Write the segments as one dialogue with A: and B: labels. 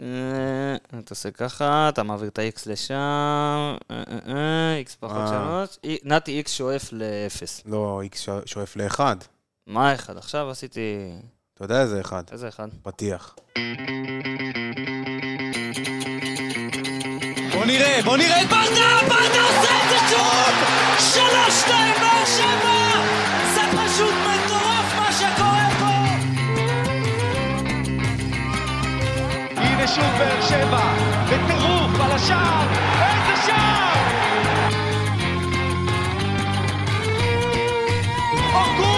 A: אה, אתה עושה ככה, אתה מעביר את ה-X לשם, אה, X פחות
B: אה.
A: 3, נתי X שואף ל-0.
B: לא, איקס שואף לאחד.
A: מה אחד? עכשיו עשיתי...
B: אתה יודע איזה אחד.
A: איזה אחד?
B: פתיח.
C: בוא נראה, בוא נראה את ברדה, ברדה עושה את זה שוב! שלוש, שתיים, באר שבע! זה פשוט מטורף מה שקורה פה!
D: הנה שוב באר שבע, בטירוף על השער, איזה שער! אורגו,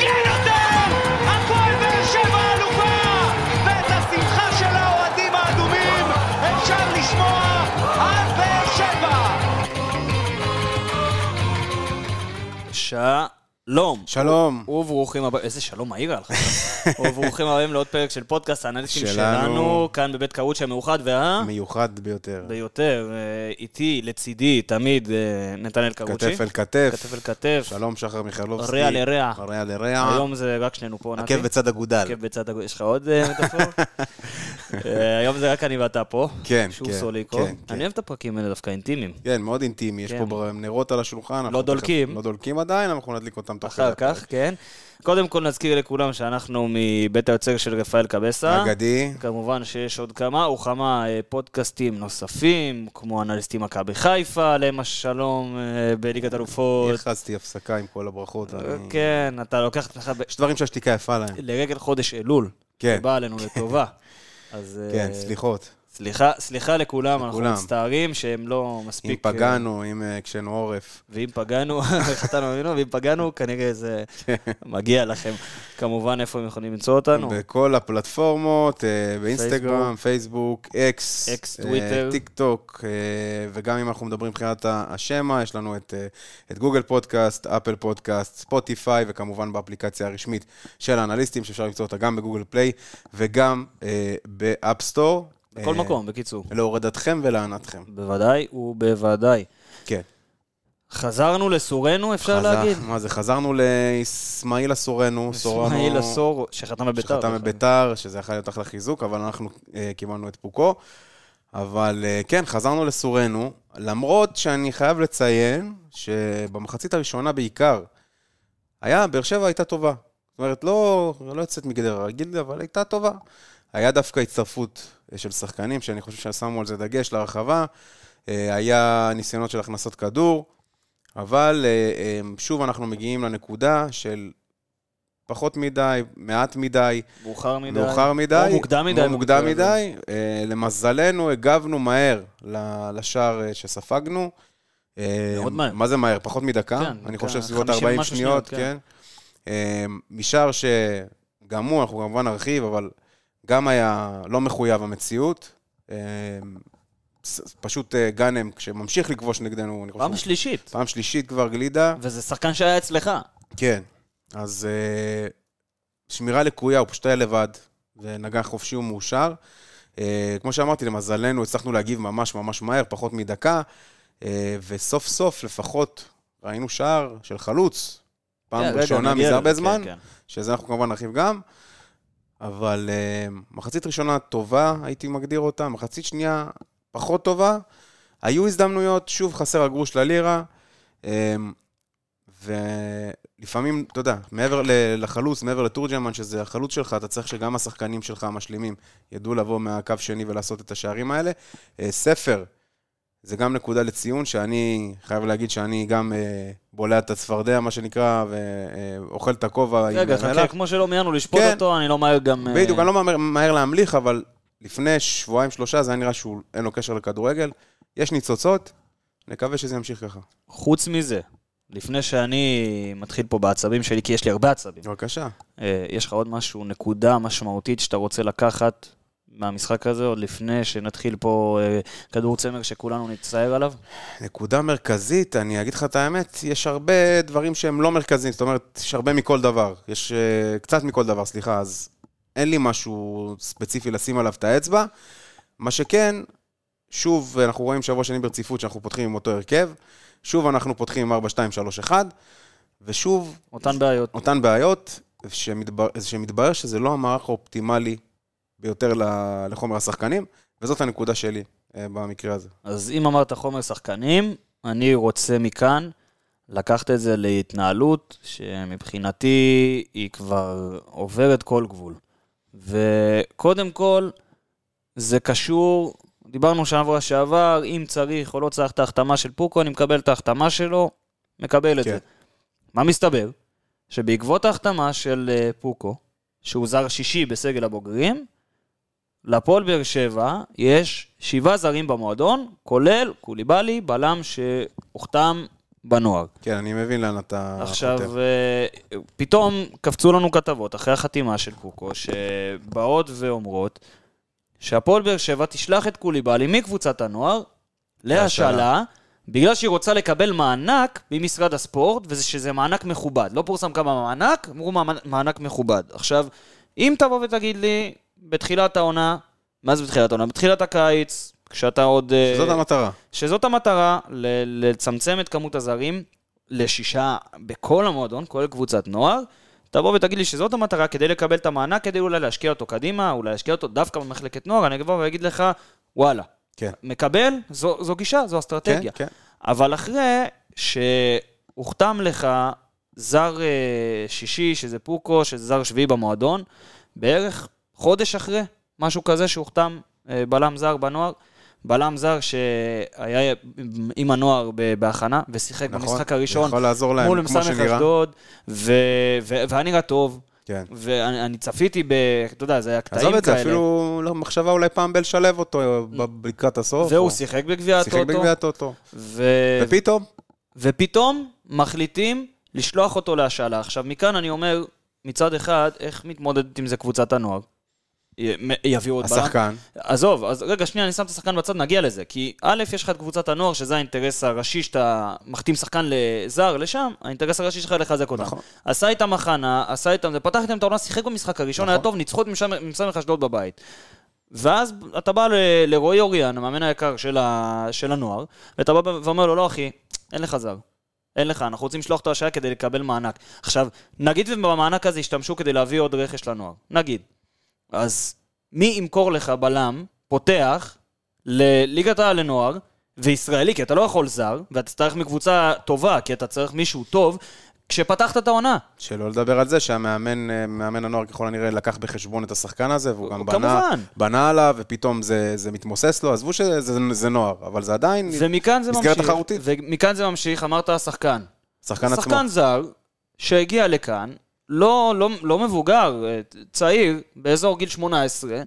D: כן נותן! הפועל באר שבע אלופה! ואת השמחה של האוהדים האדומים אפשר לשמוע עד באר שבע!
A: שלום.
B: שלום.
A: וברוכים הבאים, איזה שלום מהיר היה לך. וברוכים הבאים לעוד פרק של פודקאסט האנליסטים
B: שלנו.
A: שלנו, כאן בבית קרוצ'ה המאוחד, וה...
B: מיוחד ביותר.
A: ביותר, אה, איתי, לצידי, תמיד, אה, נתנאל קרוצ'י.
B: כתף אל כתף.
A: כתף אל כתף.
B: שלום, שחר מיכלובסקי.
A: רע לרע.
B: רע לרע.
A: היום זה רק שנינו פה, נתי.
B: עקב בצד אגודל.
A: עקב בצד הגו... יש לך עוד אה, מטאפור? אה, היום זה רק אני ואתה פה.
B: כן,
A: שהוא
B: כן,
A: סוליקו.
B: כן, כן.
A: אני אוהב את הפרקים האלה דווקא אינטימיים.
B: כן, מאוד אינטימי, יש
A: כן.
B: פה בר- נרות על השולחן. אנחנו
A: דולקים.
B: לא דולקים עדיין, אנחנו נדליק אותם תוך
A: אחר
B: הפרק.
A: כך, כן. קודם כל נזכיר לכולם שאנחנו מבית היוצר של רפאל קבסה.
B: אגדי,
A: כמובן שיש עוד כמה וכמה אה, פודקאסטים נוספים, כמו אנליסטים מכבי חיפה, עליהם השלום אה, בליגת אלופות.
B: יחסתי הפסקה עם כל הברכות.
A: אה,
B: אני-
A: כן, אה, אתה לוקח את עצמך ב-
B: יש דברים שהשתיקה יפה להם.
A: לרגל חודש אלול.
B: כן.
A: שבא עלינו לטובה. אז... אה,
B: כן, סליחות.
A: סליחה, סליחה לכולם, אנחנו
B: לכולם.
A: מצטערים שהם לא מספיק...
B: אם פגענו, אם אה, הקשינו עורף.
A: ואם פגענו, חטאנו ממנו, ואם פגענו, כנראה זה
B: כן.
A: מגיע לכם. כמובן, איפה הם יכולים למצוא אותנו?
B: בכל הפלטפורמות, אה, באינסטגרם, פייסבוק, אקס,
A: אקס, טוויטר.
B: אה, טיק טוק, אה, וגם אם אנחנו מדברים מבחינת ה- השמע, יש לנו את, אה, את גוגל פודקאסט, אפל פודקאסט, ספוטיפיי, וכמובן באפליקציה הרשמית של האנליסטים, שאפשר למצוא אותה גם בגוגל פליי וגם אה, באפסטור.
A: בכל
B: אה,
A: מקום, בקיצור.
B: להורדתכם ולענתכם,
A: בוודאי ובוודאי.
B: כן.
A: חזרנו לסורנו, אפשר
B: חזר-
A: להגיד?
B: מה זה, חזרנו לאסמאעיל אסורנו,
A: אסמאעיל
B: סורנו-
A: אסור, שחתם בביתר.
B: שחתם בביתר, שזה יכול להיות אחלה חיזוק, אבל אנחנו אה, קיבלנו את פוקו. אבל אה, כן, חזרנו לסורנו, למרות שאני חייב לציין שבמחצית הראשונה בעיקר, היה, באר שבע הייתה טובה. זאת אומרת, לא, לא יוצאת מגדר הרגיל, אבל הייתה טובה. היה דווקא הצטרפות אה, של שחקנים, שאני חושב ששמו על זה דגש להרחבה. אה, היה ניסיונות של הכנסות כדור, אבל אה, אה, שוב אנחנו מגיעים לנקודה של פחות מדי, מעט מדי,
A: מאוחר מדי.
B: מאוחר מדי.
A: או מוקדם מדי.
B: או מוקדם
A: במקרה הזה.
B: מדי. אה, למזלנו, הגבנו מהר ל- לשער אה, שספגנו. אה,
A: מאוד מהר.
B: מה זה מהר? פחות מדקה?
A: כן,
B: אני
A: דקה,
B: חושב סביבות
A: 50
B: 40
A: ומשהו
B: שניות,
A: שניות, כן.
B: כן. אה, משער שגם הוא, אנחנו כמובן נרחיב, אבל גם היה לא מחויב המציאות. אה, ס- פשוט אה, גאנם, כשממשיך לכבוש נגדנו, אני חושב...
A: פעם שלישית.
B: פעם שלישית כבר גלידה.
A: וזה שחקן שהיה אצלך.
B: כן, אז אה, שמירה לקויה, הוא פשוט היה לבד, ונגח חופשי ומאושר. אה, כמו שאמרתי, למזלנו הצלחנו להגיב ממש ממש מהר, פחות מדקה, אה, וסוף סוף לפחות ראינו שער של חלוץ, פעם
A: כן, רגע,
B: ראשונה
A: נגיע
B: מזה הרבה
A: לזה,
B: זמן,
A: כן, כן.
B: שזה אנחנו כמובן נרחיב גם, אבל אה, מחצית ראשונה טובה, הייתי מגדיר אותה, מחצית שנייה פחות טובה. היו הזדמנויות, שוב חסר הגרוש ללירה, אה, ולפעמים, אתה יודע, מעבר ל- לחלוץ, מעבר לתורג'מן, שזה החלוץ שלך, אתה צריך שגם השחקנים שלך המשלימים ידעו לבוא מהקו שני ולעשות את השערים האלה. אה, ספר, זה גם נקודה לציון, שאני חייב להגיד שאני גם אה, בולע את הצפרדע, מה שנקרא, ואוכל את הכובע עם
A: רגע, חכה,
B: המלח.
A: כמו שלא מיהרנו לשפוט
B: כן.
A: אותו, אני לא מהר גם... אה,
B: בדיוק, אני לא מהר- מהר להמליך, אבל לפני שבועיים-שלושה זה היה נראה שהוא אין לו קשר לכדורגל. יש ניצוצות, נקווה שזה ימשיך ככה.
A: חוץ מזה, לפני שאני מתחיל פה בעצבים שלי, כי יש לי הרבה עצבים,
B: בבקשה.
A: אה, יש לך עוד משהו, נקודה משמעותית שאתה רוצה לקחת מהמשחק הזה, עוד לפני שנתחיל פה אה, כדור צמר שכולנו נצטער עליו?
B: נקודה מרכזית, אני אגיד לך את האמת, יש הרבה דברים שהם לא מרכזיים, זאת אומרת, יש הרבה מכל דבר. יש אה, קצת מכל דבר, סליחה, אז אין לי משהו ספציפי לשים עליו את האצבע. מה שכן, שוב, אנחנו רואים שבוע שני ברציפות שאנחנו פותחים עם אותו הרכב. שוב אנחנו פותחים עם 4, 2, 3, 1, ושוב
A: אותן בעיות.
B: אותן בעיות, שמתבר, שמתברר שזה לא המערך האופטימלי ביותר ל- לחומר השחקנים, וזאת הנקודה שלי אה, במקרה הזה.
A: אז אם אמרת חומר שחקנים, אני רוצה מכאן לקחת את זה להתנהלות שמבחינתי היא כבר עוברת כל גבול. וקודם כל, זה קשור, דיברנו שבוע שעבר, אם צריך או לא צריך את ההחתמה של פוקו, אני מקבל את ההחתמה שלו, מקבל את
B: כן.
A: זה. מה מסתבר? שבעקבות ההחתמה של אה, פוקו, שהוא זר שישי בסגל הבוגרים, לפועל באר שבע יש שבעה זרים במועדון, כולל קוליבאלי, בלם שהוכתם בנוער.
B: כן, אני מבין לאן אתה חותר.
A: עכשיו, אה, פתאום קפצו לנו כתבות אחרי החתימה של קוקו, שבאות ואומרות שהפועל באר שבע תשלח את קוליבאלי מקבוצת הנוער להשאלה,
B: להשאלה.
A: בגלל שהיא רוצה לקבל מענק ממשרד הספורט, ושזה מענק מכובד. לא פורסם כמה מענק, אמרו מעמ- מענק מכובד. עכשיו, אם תבוא ותגיד לי, בתחילת העונה, מה זה בתחילת העונה? בתחילת הקיץ, כשאתה עוד... אה,
B: זאת המטרה.
A: שזאת המטרה, ל- לצמצם את כמות הזרים לשישה בכל המועדון, כולל קבוצת נוער. תבוא ותגיד לי שזאת המטרה כדי לקבל את המענק, כדי אולי להשקיע אותו קדימה, אולי להשקיע אותו דווקא במחלקת נוער, אני אבוא ואגיד לך, וואלה,
B: כן.
A: מקבל, זו, זו גישה, זו
B: כן,
A: אסטרטגיה.
B: כן.
A: אבל אחרי שהוכתם לך זר אה, שישי, שזה פוקו, שזה זר שביעי במועדון, בערך חודש אחרי, משהו כזה שהוכתם אה, בלם זר בנוער, בלם זר שהיה עם הנוער ב- בהכנה, ושיחק
B: נכון.
A: במשחק הראשון
B: יכול לעזור להם,
A: מול
B: כמו
A: מסמך
B: שנראה.
A: אשדוד, ו- ו- והיה נראה טוב.
B: כן.
A: ואני אני צפיתי ב... אתה יודע, זה היה קטעים כאלה.
B: עזוב את זה, אפילו למחשבה אולי פעם בלשלב אותו אה, ב- לקראת הסוף. או-
A: והוא שיחק אה, בגביע הטוטו.
B: שיחק בגביע הטוטו.
A: ו-
B: ופתאום,
A: ופתאום מחליטים לשלוח אותו להשאלה. עכשיו, מכאן אני אומר, מצד אחד, איך מתמודדת עם זה קבוצת הנוער? י- מ- יביאו עוד בלם?
B: השחקן,
A: עזוב, אז רגע, שנייה, אני שם את השחקן בצד, נגיע לזה. כי א', יש לך את קבוצת הנוער, שזה האינטרס הראשי, שאתה מחתים שחקן לזר, לשם, האינטרס הראשי שלך לחזק אותם.
B: נכון.
A: עשה איתם הכנה, עשה איתם זה, פתח איתם את העונה, שיחק במשחק הראשון,
B: נכון.
A: היה טוב, ניצחו את ממשל אשדוד בבית. ואז אתה בא ל- לרועי אוריאן, המאמן היקר של, ה... של הנוער, ואתה בא ואומר לו, לא אחי, אין לך זר. אין לך, אנחנו רוצים לשלוח אותו השעיה כדי לקבל מענק. עכשיו, נגיד ובמענק הזה ישתמשו כדי להביא עוד רכש לנוער. נגיד. אז מי ימכור לך בלם, פותח, לליגת העל לנוער, וישראלי, כי אתה לא יכול זר, ואתה צריך מקבוצה טובה, כי אתה צריך מישהו טוב, כשפתחת את העונה.
B: שלא לדבר על זה שהמאמן אה, מאמן הנוער ככל הנראה לקח בחשבון את השחקן הזה, והוא גם בנה,
A: כמובן.
B: בנה עליו, ופתאום זה, זה מתמוסס לו, עזבו שזה זה, זה נוער, אבל זה עדיין
A: ומכאן זה ממשיך.
B: מסגרת תחרותית.
A: ומכאן זה ממשיך, אמרת השחקן.
B: שחקן עצמו.
A: שחקן זר שהגיע לכאן, לא, לא, לא מבוגר, אה, צעיר, באזור גיל 18,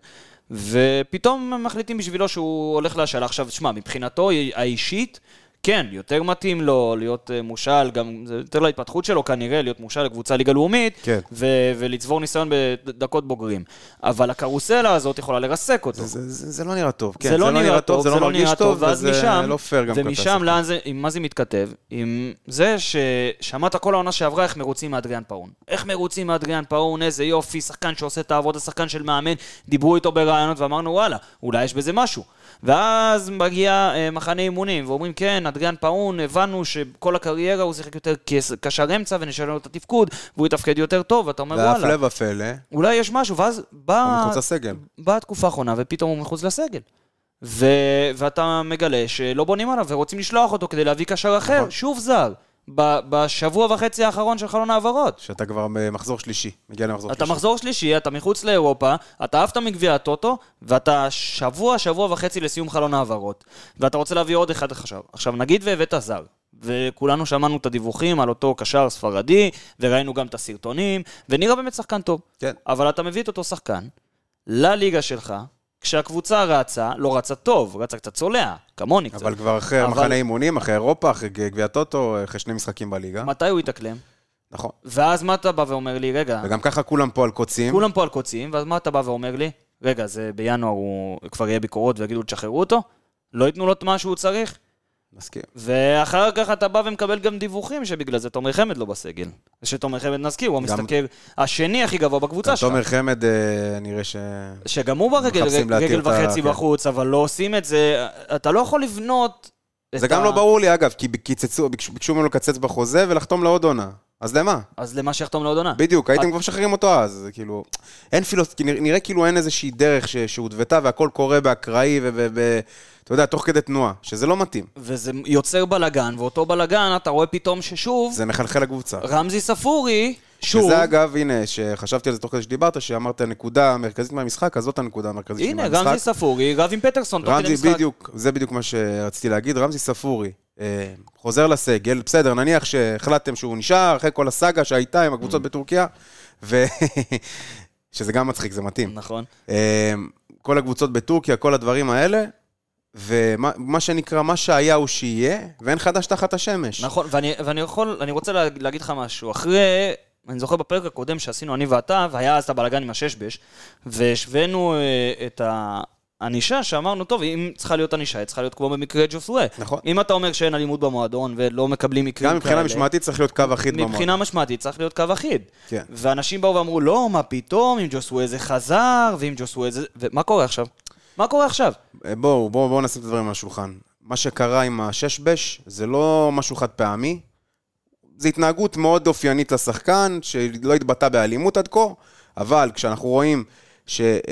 A: ופתאום הם מחליטים בשבילו שהוא הולך להשאלה. עכשיו, תשמע, מבחינתו האישית, כן, יותר מתאים לו להיות אה, מושאל, גם זה יותר להתפתחות שלו כנראה, להיות מושאל לקבוצה ליגה לאומית,
B: כן.
A: ו- ולצבור ניסיון בדקות בוגרים. אבל הקרוסלה הזאת יכולה לרסק אותו.
B: זה, זה, זה לא נראה טוב, כן,
A: זה לא נראה טוב,
B: זה לא מרגיש
A: נראה
B: טוב,
A: ואז
B: וזה
A: משם,
B: לא פייר גם כלפי
A: ומשם,
B: השחקן.
A: לאן זה, עם מה זה מתכתב? עם זה ששמעת כל העונה שעברה איך מרוצים מאדריאן פאון. איך מרוצים מאדריאן פאון, איזה יופי, שחקן שעושה את העבודה, שחקן של מאמן, דיברו איתו ברעיונות ואמרנו, וואלה, אולי יש בזה משהו. ואז מגיע אה, מחנה אימונים, ואומרים, כן, אדריאן פאון, הבנו שכל הקריירה הוא שיחק יותר כס- קשר אמצע, ונשנה לו את התפקוד, והוא יתפקד יותר טוב, ואתה אומר, וואלה,
B: והפלא ופלא,
A: אולי יש משהו, ואז
B: הוא
A: בא...
B: מחוץ לסגל.
A: באה התקופה האחרונה, ופתאום הוא מחוץ לסגל. ו... ואתה מגלה שלא בונים עליו, ורוצים לשלוח אותו כדי להביא קשר אחר,
B: נכון.
A: שוב זר, ב... בשבוע וחצי האחרון של חלון ההעברות.
B: שאתה כבר במחזור שלישי, מגיע למחזור
A: אתה
B: שלישי.
A: מחזור שלישי, אתה מחוץ לאירופה, אתה עפת מגביע הטוטו, ואתה שבוע, שבוע וחצי לסיום חלון ההעברות. ואתה רוצה להביא עוד אחד עכשיו. עכשיו, נגיד והבאת זר, וכולנו שמענו את הדיווחים על אותו קשר ספרדי, וראינו גם את הסרטונים, ונראה באמת שחקן טוב.
B: כן,
A: אבל אתה מביא את אותו שחקן לליגה שלך, כשהקבוצה רצה, לא רצה טוב, רצה קצת צולע, כמוני קצת.
B: אבל כבר אחרי
A: אבל-
B: מחנה אימונים, אחרי אירופה, אחרי גביע טוטו, אחרי שני משחקים בליגה.
A: מתי הוא יתאקלם?
B: נכון.
A: ואז מה אתה בא ואומר לי, רגע,
B: וגם ככה כולם פה על קוצים.
A: כולם פה על קוצים, ואז מה אתה בא ואומר לי, רגע, זה בינואר הוא כבר יהיה ביקורות ויגידו, תשחררו אותו? לא ייתנו לו את מה שהוא צריך?
B: מסכים.
A: ואחר כך אתה בא ומקבל גם דיווחים שבגלל זה תומר חמד לא בסגל. שתומר חמד, נזכיר, הוא
B: גם-
A: המשתכר השני הכי גבוה בקבוצה שלך.
B: תומר חמד, אה, נראה ש...
A: שגם הוא ברגל
B: מחפשים
A: רג-
B: להתיר
A: רגל
B: את ה-
A: וחצי
B: כן.
A: בחוץ, אבל לא עושים את זה. אתה לא יכול לבנות...
B: זה
A: את
B: גם
A: ה-
B: לא ברור לי, אגב, כי קיצצו, ביקשו ביקשו ממנו לקצץ בחוזה ולחתום לעוד עונה. אז למה?
A: אז למה שיחתום לעוד עונה.
B: בדיוק, הייתם כבר משחררים אותו אז, זה כאילו, אין פילוס... נראה, נראה כאילו אין איזושהי דרך ש... שהותוותה והכל קורה באקראי וב... ב- אתה יודע, תוך כדי תנועה, שזה לא מתאים.
A: וזה יוצר בלאגן, ואותו בלאגן, אתה רואה פתאום ששוב,
B: זה מחלחל לקבוצה.
A: רמזי ספורי, שוב,
B: וזה אגב, הנה, שחשבתי על זה תוך כדי שדיברת, שאמרת הנקודה המרכזית מהמשחק, אז זאת הנקודה המרכזית
A: הנה,
B: מהמשחק.
A: רמזי ספורי, רב עם פטרסון, תוך כדי
B: רמזי,
A: לא משחק.
B: בדיוק, זה בדיוק מה שרציתי להגיד. רמזי ספורי אה, חוזר לסגל, בסדר, נניח שהחלטתם שהוא נשאר, אחרי כל הסאגה שהייתה עם
A: Mm.
B: הקבוצות בטורקיה, ו... שזה גם מצחיק, זה מתאים.
A: נכון.
B: אה, כל הקבוצות בטורקיה, כל הדברים האלה, ומה מה שנקרא, מה שהיה הוא שיהיה, ואין חדש תחת השמש.
A: נכון, ואני, ואני יכול, אני רוצה לה, להגיד לך משהו. אחרי, אני זוכר בפרק הקודם שעשינו אני ואתה, והיה אז את הבלאגן עם הששבש, והשווינו אה, את הענישה, שאמרנו, טוב, אם צריכה להיות ענישה, היא צריכה להיות כמו במקרה ג'וסואה.
B: נכון.
A: אם אתה אומר שאין אלימות במועדון ולא מקבלים מקרים
B: גם
A: כאלה...
B: מבחינה משמעתית צריך להיות קו אחיד במועד.
A: מבחינה משמעתית צריך להיות קו אחיד.
B: כן.
A: ואנשים באו ואמרו, לא, מה פתאום, אם ג'וסואה זה חזר, ואם ג'וסואה זה... ומה קורה עכשיו? מה קורה עכשיו?
B: אה, בואו, בואו בואו נשים את הדברים על השולחן. מה שקרה עם הששבש זה לא משהו חד פעמי, זו התנהגות מאוד אופיינית לשחקן, שלא התבטא באלימות עד כה, אבל כשאנחנו רואים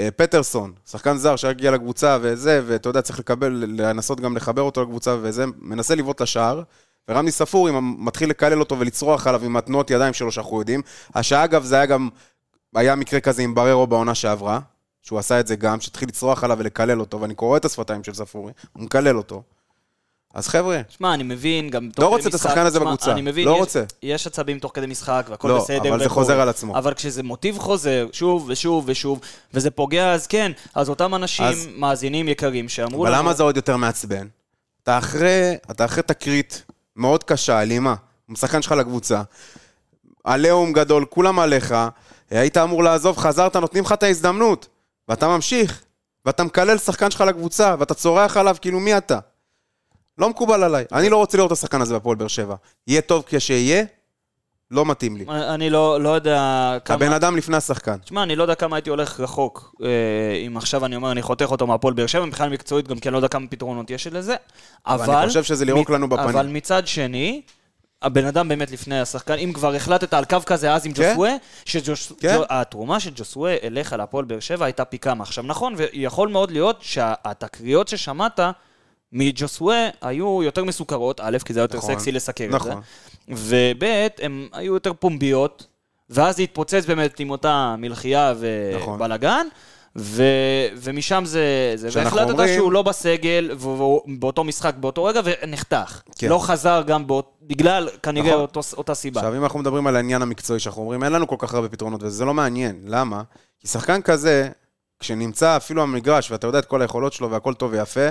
B: שפטרסון, שחקן זר שהגיע לקבוצה וזה, ואתה יודע, צריך לקבל, לנסות גם לחבר אותו לקבוצה וזה, מנסה לבעוט לשער, ורמי ספורי מתחיל לקלל אותו ולצרוח עליו עם התנועות ידיים שלו שאנחנו יודעים. השעה, אגב, זה היה גם, היה מקרה כזה עם בררו בעונה שעברה, שהוא עשה את זה גם, שהתחיל לצרוח עליו ולקלל אותו, ואני קורא את השפתיים של ספורי, הוא מקלל אותו. אז חבר'ה,
A: שמע, אני מבין, גם תוך
B: לא
A: כדי
B: רוצה את
A: משחק-
B: השחקן הזה
A: שמע,
B: בקבוצה.
A: אני מבין,
B: לא
A: יש-
B: רוצה.
A: יש עצבים תוך כדי משחק, והכל
B: לא,
A: בסדר.
B: אבל זה
A: והכל.
B: חוזר על עצמו.
A: אבל כשזה מוטיב חוזר, שוב ושוב ושוב, וזה פוגע, אז כן, אז אותם אנשים,
B: אז-
A: מאזינים יקרים, שאמרו
B: אבל למה זה עוד יותר מעצבן? אתה אחרי, אתה אחרי תקרית מאוד קשה, אלימה, עם שחקן שלך לקבוצה. עליהום גדול, כולם עליך, היית אמור לעזוב, חזרת, נותנים לך את ההזדמנות, ואתה ממשיך, ואתה מקלל שחקן שלך לקבוצה, ואתה צורח עליו, כאילו מי אתה? לא מקובל עליי. אני לא רוצה לראות את השחקן הזה בהפועל באר שבע. יהיה טוב כשיהיה, לא מתאים לי.
A: אני לא לא יודע כמה...
B: הבן אדם לפני השחקן.
A: תשמע, אני לא יודע כמה הייתי הולך רחוק, אה, אם עכשיו אני אומר, אני חותך אותו מהפועל באר שבע, מבחינה מקצועית גם כי אני לא יודע כמה פתרונות יש לזה, אבל...
B: אני חושב שזה לירוק
A: מת-
B: לנו בפנים.
A: אבל מצד שני, הבן אדם באמת לפני השחקן, אם כבר החלטת על קו כזה אז עם
B: כן.
A: ג'וסווה, שג'וס-
B: כן.
A: ג'ו- התרומה של ג'וסווה אליך להפועל באר שבע הייתה פי כמה. עכשיו נכון, ויכול מאוד להיות שהתקריות ששמעת... מג'וסווה היו יותר מסוכרות, א', כי זה היה יותר
B: נכון.
A: סקסי לסקר את
B: נכון.
A: זה, וב', הן היו יותר פומביות, ואז זה התפוצץ באמת עם אותה מלחייה
B: נכון.
A: ובלאגן, ו... ומשם זה... זה...
B: שאנחנו
A: והחלטת
B: אומרים-
A: שהוא לא בסגל, והוא באותו משחק באותו רגע, ונחתך.
B: כן.
A: לא חזר גם באות... בגלל כנראה
B: נכון.
A: אותו, אותה סיבה.
B: עכשיו, אם אנחנו מדברים על העניין המקצועי שאנחנו אומרים, אין לנו כל כך הרבה פתרונות, וזה לא מעניין. למה? כי שחקן כזה, כשנמצא אפילו המגרש, ואתה יודע את כל היכולות שלו והכל טוב ויפה,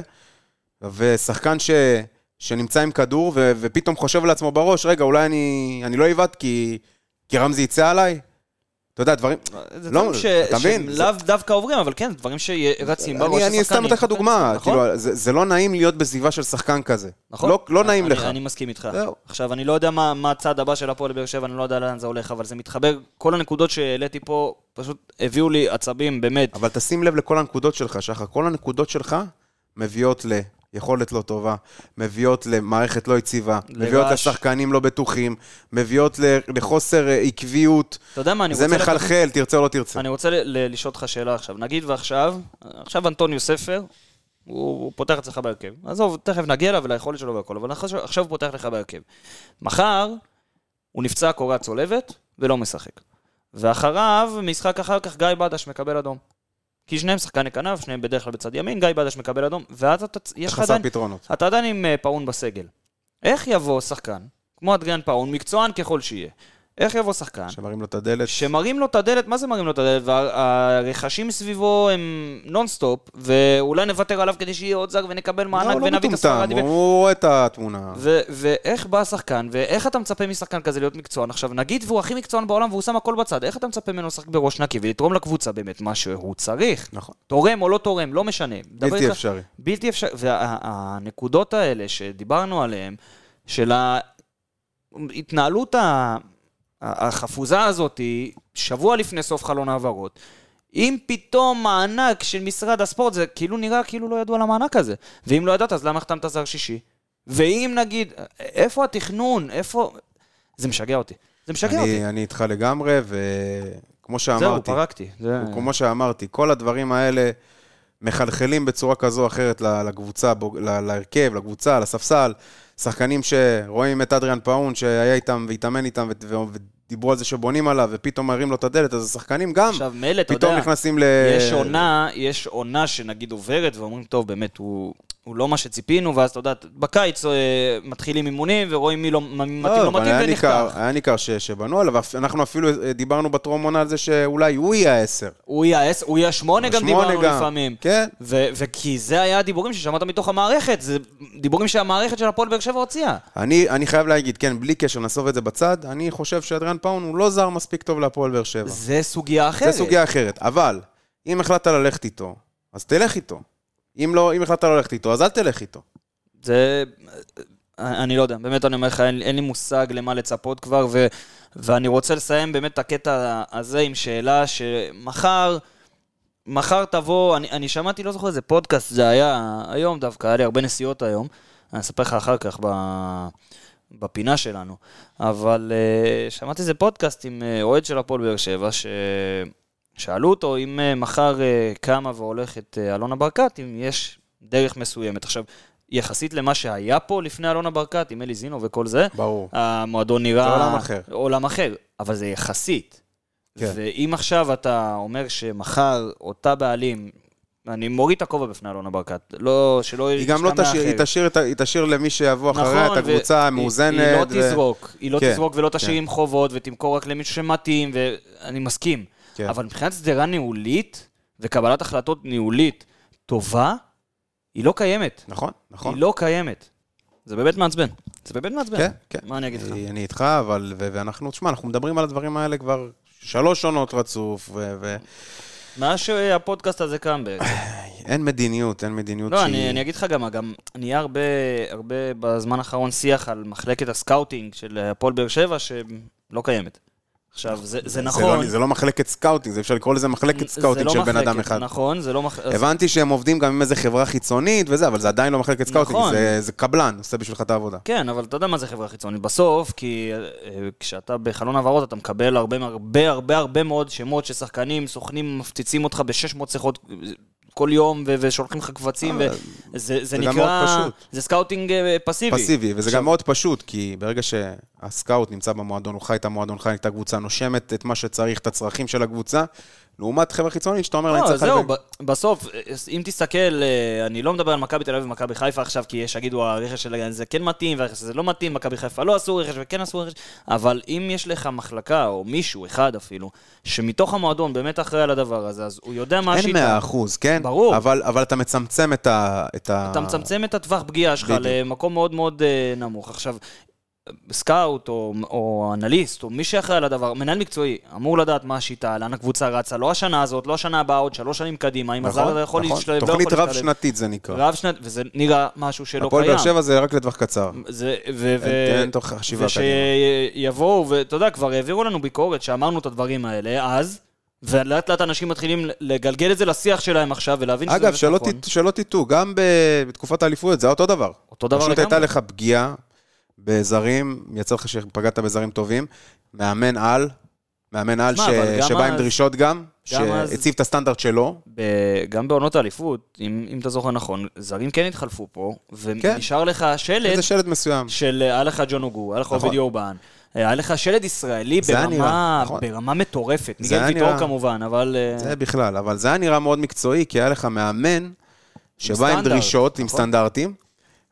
B: ושחקן ש... שנמצא עם כדור, ו... ופתאום חושב לעצמו בראש, רגע, אולי אני, אני לא עיוות כי... כי רמזי יצא עליי? אתה יודע, דברים...
A: זה
B: לא,
A: דברים ש...
B: אתה
A: שהם
B: מבין? זה-
A: לאו דווקא עוברים, אבל כן, דברים שרצים בראש.
B: אני, אני
A: השחקן,
B: סתם אתן לך
A: אינטרפרט,
B: דוגמה,
A: נכון?
B: כאילו, זה, זה לא נעים להיות בסביבה של שחקן כזה.
A: נכון.
B: לא, לא נעים
A: אני,
B: לך.
A: אני מסכים איתך.
B: זהו.
A: עכשיו, אני לא יודע מה, מה הצעד הבא של הפועל באר שבע, אני לא יודע לאן זה הולך, אבל זה מתחבר. כל הנקודות שהעליתי פה, פשוט הביאו לי עצבים, באמת.
B: אבל תשים לב לכל הנקודות שלך, שחר. כל הנקודות שלך מביאות ליכולת לא טובה, מביאות למערכת לא יציבה,
A: לבש.
B: מביאות לשחקנים לא בטוחים, מביאות ל- לחוסר אה, עקביות.
A: אתה יודע מה, אני
B: זה
A: רוצה... לקחת-
B: מחלחל, תרצה או לא תרצה.
A: אני רוצה ל- ל- לשאול אותך שאלה עכשיו. נגיד ועכשיו, עכשיו אנטוניו ספר, הוא, הוא פותח אצלך בהרכב. עזוב, תכף נגיע אליו וליכולת שלו והכל, אבל עכשיו- עכשיו הוא פותח לך בהרכב. מחר, הוא נפצע קורה צולבת, ולא משחק. ואחריו, משחק אחר כך, גיא בדש מקבל אדום. כי שניהם שחקני כנף, שניהם בדרך כלל בצד ימין, גיא בדש מקבל אדום, ואז אתה, יש לך
B: חסר
A: עדיין,
B: פתרונות.
A: אתה עדיין עם אה, פאון בסגל. איך יבוא שחקן, כמו אדריאן פאון, מקצוען ככל שיהיה, איך יבוא שחקן,
B: שמרים לו את הדלת.
A: שמראים לו את הדלת, מה זה מראים לו את הדלת? והרכשים סביבו הם נונסטופ, ואולי נוותר עליו כדי שיהיה עוד זר ונקבל
B: לא,
A: מענק
B: הוא לא
A: ונביא את
B: מטומטם,
A: הספרדי. ו-
B: הוא רואה את התמונה.
A: ו- ואיך בא השחקן, ואיך אתה מצפה משחקן כזה להיות מקצוען? עכשיו, נגיד והוא הכי מקצוען בעולם והוא שם הכל בצד, איך אתה מצפה ממנו לשחק בראש נקי ולתרום לקבוצה באמת מה שהוא צריך?
B: נכון.
A: תורם או לא תורם, לא משנה. דבר
B: בלתי
A: איתך-
B: אפשרי.
A: בלתי אפשרי. והנקודות האלה שדיברנו עליהן, של ההתנהלות ה- החפוזה הזאת, שבוע לפני סוף חלון העברות, אם פתאום מענק של משרד הספורט, זה כאילו נראה כאילו לא ידעו על המענק הזה. ואם לא ידעת, אז למה החתמת זר שישי? ואם נגיד, איפה התכנון? איפה... זה משגע אותי. זה זה משגע
B: אני-
A: אותי.
B: אני איתך לגמרי,
A: זהו,
B: וכמו שאמרתי,
A: פרקתי. זה-
B: כן. כמו שאמרתי, כל הדברים האלה מחלחלים בצורה כזו או אחרת ל- לקבוצה, בו- ל- להרכב, לקבוצה, לספסל. שחקנים שרואים את אדריאן פאון שהיה איתם והתאמן איתם ו- ו- ודיברו על זה שבונים עליו ופתאום מרים לו את הדלת, אז השחקנים גם
A: עכשיו, מילא, אתה
B: פתאום
A: יודע,
B: נכנסים ל...
A: יש עונה, יש עונה שנגיד עוברת, ואומרים, טוב, באמת, הוא... הוא לא מה שציפינו, ואז אתה יודע, בקיץ אה, מתחילים אימונים ורואים מי לא מי מתאים, לא
B: אבל
A: מתאים
B: היה ניכר-
A: ונחתך.
B: היה ניכר ש- שבנו עליו, אפ- אנחנו אפילו אה, דיברנו בטרום עונה על זה שאולי הוא יהיה העשר.
A: הוא יהיה העש- הוא יהיה השמונה גם
B: השמונה
A: דיברנו
B: גם.
A: לפעמים.
B: כן.
A: ו- וכי זה היה הדיבורים ששמעת מתוך המערכת, זה דיבורים שהמערכת של הפועל באר שבע הוציאה.
B: אני, אני חייב להגיד, כן, בלי קשר, נעזוב את זה בצד, אני חושב שאדריאן פאון הוא לא זר מספיק טוב להפועל באר שבע.
A: זה סוגיה אחרת.
B: זה סוגיה אחרת, אבל אם החלטת ללכת איתו, אז תלך איתו. אם לא, אם החלטת לא ללכת איתו, אז אל תלך איתו.
A: זה... אני לא יודע, באמת אני אומר לך, אין, אין לי מושג למה לצפות כבר, ו, ואני רוצה לסיים באמת את הקטע הזה עם שאלה שמחר, מחר תבוא, אני, אני שמעתי, לא זוכר איזה פודקאסט זה היה היום דווקא, היה לי הרבה נסיעות היום, אני אספר לך אחר כך ב, בפינה שלנו, אבל uh, שמעתי איזה פודקאסט עם אה, אוהד של הפועל באר שבע, ש... שאלו אותו אם אה, מחר אה, קמה והולכת אה, אלונה ברקת, אם יש דרך מסוימת. עכשיו, יחסית למה שהיה פה לפני אלונה ברקת, עם אלי זינו וכל זה,
B: ברור.
A: המועדון נראה...
B: זה עולם אחר.
A: עולם אחר, אבל זה יחסית.
B: כן.
A: כן. ואם עכשיו אתה אומר שמחר אותה בעלים, אני מוריד את הכובע בפני אלונה ברקת, לא, שלא
B: היא גם לא
A: ישתמע
B: תשאיר, היא
A: אחרת.
B: תשאיר, את ה- היא תשאיר למי שיבוא אחריה
A: נכון,
B: את הקבוצה
A: ו-
B: המאוזנת.
A: היא, היא לא
B: ו-
A: תזרוק, היא לא
B: כן,
A: תזרוק ולא תשאיר
B: כן.
A: עם חובות ותמכור רק למישהו שמתאים, ואני מסכים.
B: כן.
A: אבל מבחינת שדרה ניהולית וקבלת החלטות ניהולית טובה, היא לא קיימת.
B: נכון, נכון.
A: היא לא קיימת. זה באמת מעצבן. זה באמת מעצבן.
B: כן, כן.
A: מה אני אגיד לך?
B: אני- אני איתך, אבל, ו- ואנחנו, תשמע, אנחנו מדברים על הדברים האלה כבר שלוש עונות רצוף, ו- ו-
A: מאז שהפודקאסט הזה קם בעצם.
B: אה, אין מדיניות, אין מדיניות
A: לא,
B: שהיא...
A: אני, אני אגיד לך גם, גם נהיה הרבה, הרבה בזמן האחרון שיח על מחלקת הסקאוטינג של אה, הפועל באר שבע, שלא קיימת. עכשיו, זה, זה,
B: זה
A: נכון.
B: לא- זה לא מחלקת סקאוטינג, זה אפשר לקרוא לזה מחלקת
A: זה
B: סקאוטינג
A: לא
B: של בן
A: מחלקת,
B: אדם אחד.
A: נכון, זה לא מחלקת.
B: הבנתי שהם עובדים גם עם איזה חברה חיצונית וזה, אבל זה עדיין לא מחלקת סקאוטינג,
A: נכון.
B: זה- זה קבלן, עושה בשבילך את העבודה.
A: כן, אבל אתה יודע מה זה חברה חיצונית. בסוף, כי אה, כשאתה בחלון העברות, אתה מקבל הרבה הרבה הרבה הרבה מאוד שמות של שחקנים, סוכנים, מפציצים אותך ב-600 שיחות אה, כל יום, ו- ושולחים לך קבצים,
B: אה,
A: וזה זה
B: גם
A: נקרא...
B: מאוד פשוט.
A: זה סקאוטינג אה, פסיבי.
B: פסיבי, וזה גם מאוד פשוט, כי ברגע שהסקאוט נמצא במועדון, הוא חי את המועדון, חי את הקבוצה, נושמת את מה שצריך, את הצרכים של הקבוצה, לעומת חברה חיצונית שאתה אומר, אני
A: לא,
B: צריך...
A: זהו,
B: לדבר-
A: ב- בסוף, אה, אם תסתכל, אה, אני לא מדבר על מכבי תל אביב ומכבי חיפה עכשיו, כי יש שיגידו, הרכש של זה כן מתאים, והרכש הזה לא מתאים, מכבי חיפה לא עשו רכש וכן עשו רכש, אבל אם יש לך מחלקה, או מישהו, אחד אפילו, שמתוך המועדון באמת אחראי על הדבר הזה, אז הוא יודע מה
B: אין
A: השיטה.
B: מאה אחוז, כן?
A: ברור.
B: אבל אבל אתה מצמצם את ה... את ה-
A: אתה מצמצם את הטווח פגיעה שלך
B: בדיוק.
A: למקום מאוד מאוד אה, נמוך. עכשיו, סקאוט או, או אנליסט, או מי שאחראי על הדבר, מנהל מקצועי, אמור לדעת מה השיטה, לאן הקבוצה רצה, לא השנה הזאת, לא השנה הבאה, עוד שלוש שנים קדימה, אם הזר
B: נכון,
A: הזה יכול
B: נכון.
A: להשתלב, לא יכול
B: תוכנית
A: להשתלב.
B: רב-שנתית זה נקרא.
A: רב שנתי, וזה נראה משהו שלא
B: הפועל
A: קיים.
B: באר שבע זה רק לטווח קצר.
A: זה, ו... ו...
B: אין- אין תוך חשיבה
A: ושיבואו, ואתה יודע, כבר העבירו לנו ביקורת שאמרנו את הדברים האלה אז, ולאט לאט אנשים מתחילים לגלגל את זה לשיח שלהם עכשיו, ולהבין שזה
B: אגב,
A: באמת
B: שלא,
A: נכון.
B: תט, שלא תטעו, גם ב- בתקופת האליפויות זה היה אותו דבר.
A: אותו דבר
B: פשוט
A: לגמרי.
B: הייתה לך פגיעה בזרים, יצא לך שפגעת בזרים טובים, מאמן על, מאמן על ש...
A: שמע, אבל גם
B: שבא עם
A: אז-
B: דרישות גם,
A: גם אז-
B: שהציב את הסטנדרט שלו.
A: ב- גם בעונות האליפות, אם, אם אתה זוכר נכון, זרים כן התחלפו פה, ונשאר לך שלט
B: איזה שלד מסוים.
A: של אה, היה לך ג'ון אוגו, היה לך
B: נכון.
A: אובידיו אובן, אה, היה לך שלט ישראלי
B: זה היה נראה,
A: ברמה,
B: נכון.
A: ברמה מטורפת,
B: זה
A: מיגל
B: היה
A: ויטור
B: נראה.
A: כמובן, אבל... אה,
B: זה בכלל, אבל זה היה נראה מאוד מקצועי, כי היה לך מאמן שבא עם
A: סטנדרט,
B: דרישות, עם
A: נכון.
B: סטנדרטים,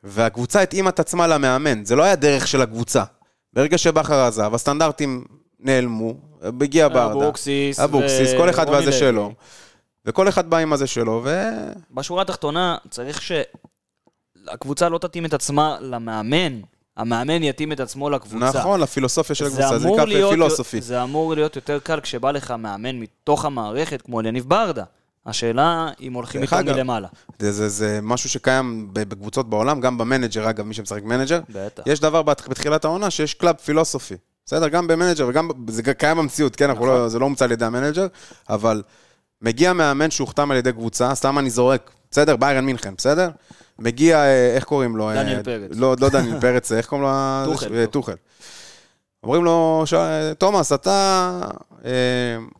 B: והקבוצה התאימה את עצמה למאמן, זה לא היה דרך של הקבוצה. ברגע שבכר עזב, הסטנדרטים נעלמו, הגיע ברדה.
A: אבוקסיס
B: אבוקסיס,
A: ו-
B: כל אחד
A: רוני
B: והזה
A: לוי.
B: שלו. וכל אחד בא עם הזה שלו, ו...
A: בשורה התחתונה, צריך שהקבוצה לא תתאים את עצמה למאמן, המאמן יתאים את עצמו לקבוצה.
B: נכון, לפילוסופיה של
A: זה
B: הקבוצה, זה
A: אמור
B: נקרא
A: להיות-
B: פילוסופי.
A: זה אמור להיות יותר קל כשבא לך מאמן מתוך המערכת, כמו אליניב ברדה. השאלה אם הולכים
B: דרך
A: איתו
B: אגב.
A: מלמעלה.
B: זה, זה, זה משהו שקיים ב- בקבוצות בעולם, גם במנג'ר, אגב, מי שמשחק מנג'ר.
A: בטח.
B: יש דבר בת- בתחילת העונה שיש קלאב פילוסופי. בסדר, גם במנג'ר וגם, ב- זה קיים במציאות, כן? אנחנו
A: נכון.
B: לא, זה לא הומצא על ידי המנג'ר, אבל מגיע מאמן שהוכתם על ידי קבוצה, סתם אני זורק, בסדר? ביירן מינכן, בסדר? מגיע, אה, איך קוראים לו? אה,
A: דניאל פרץ.
B: לא, לא דניאל פרץ, איך קוראים אה, לו?
A: טוחל.
B: אה, טוחל. אומרים לו, ש... תומאס, אתה... אה,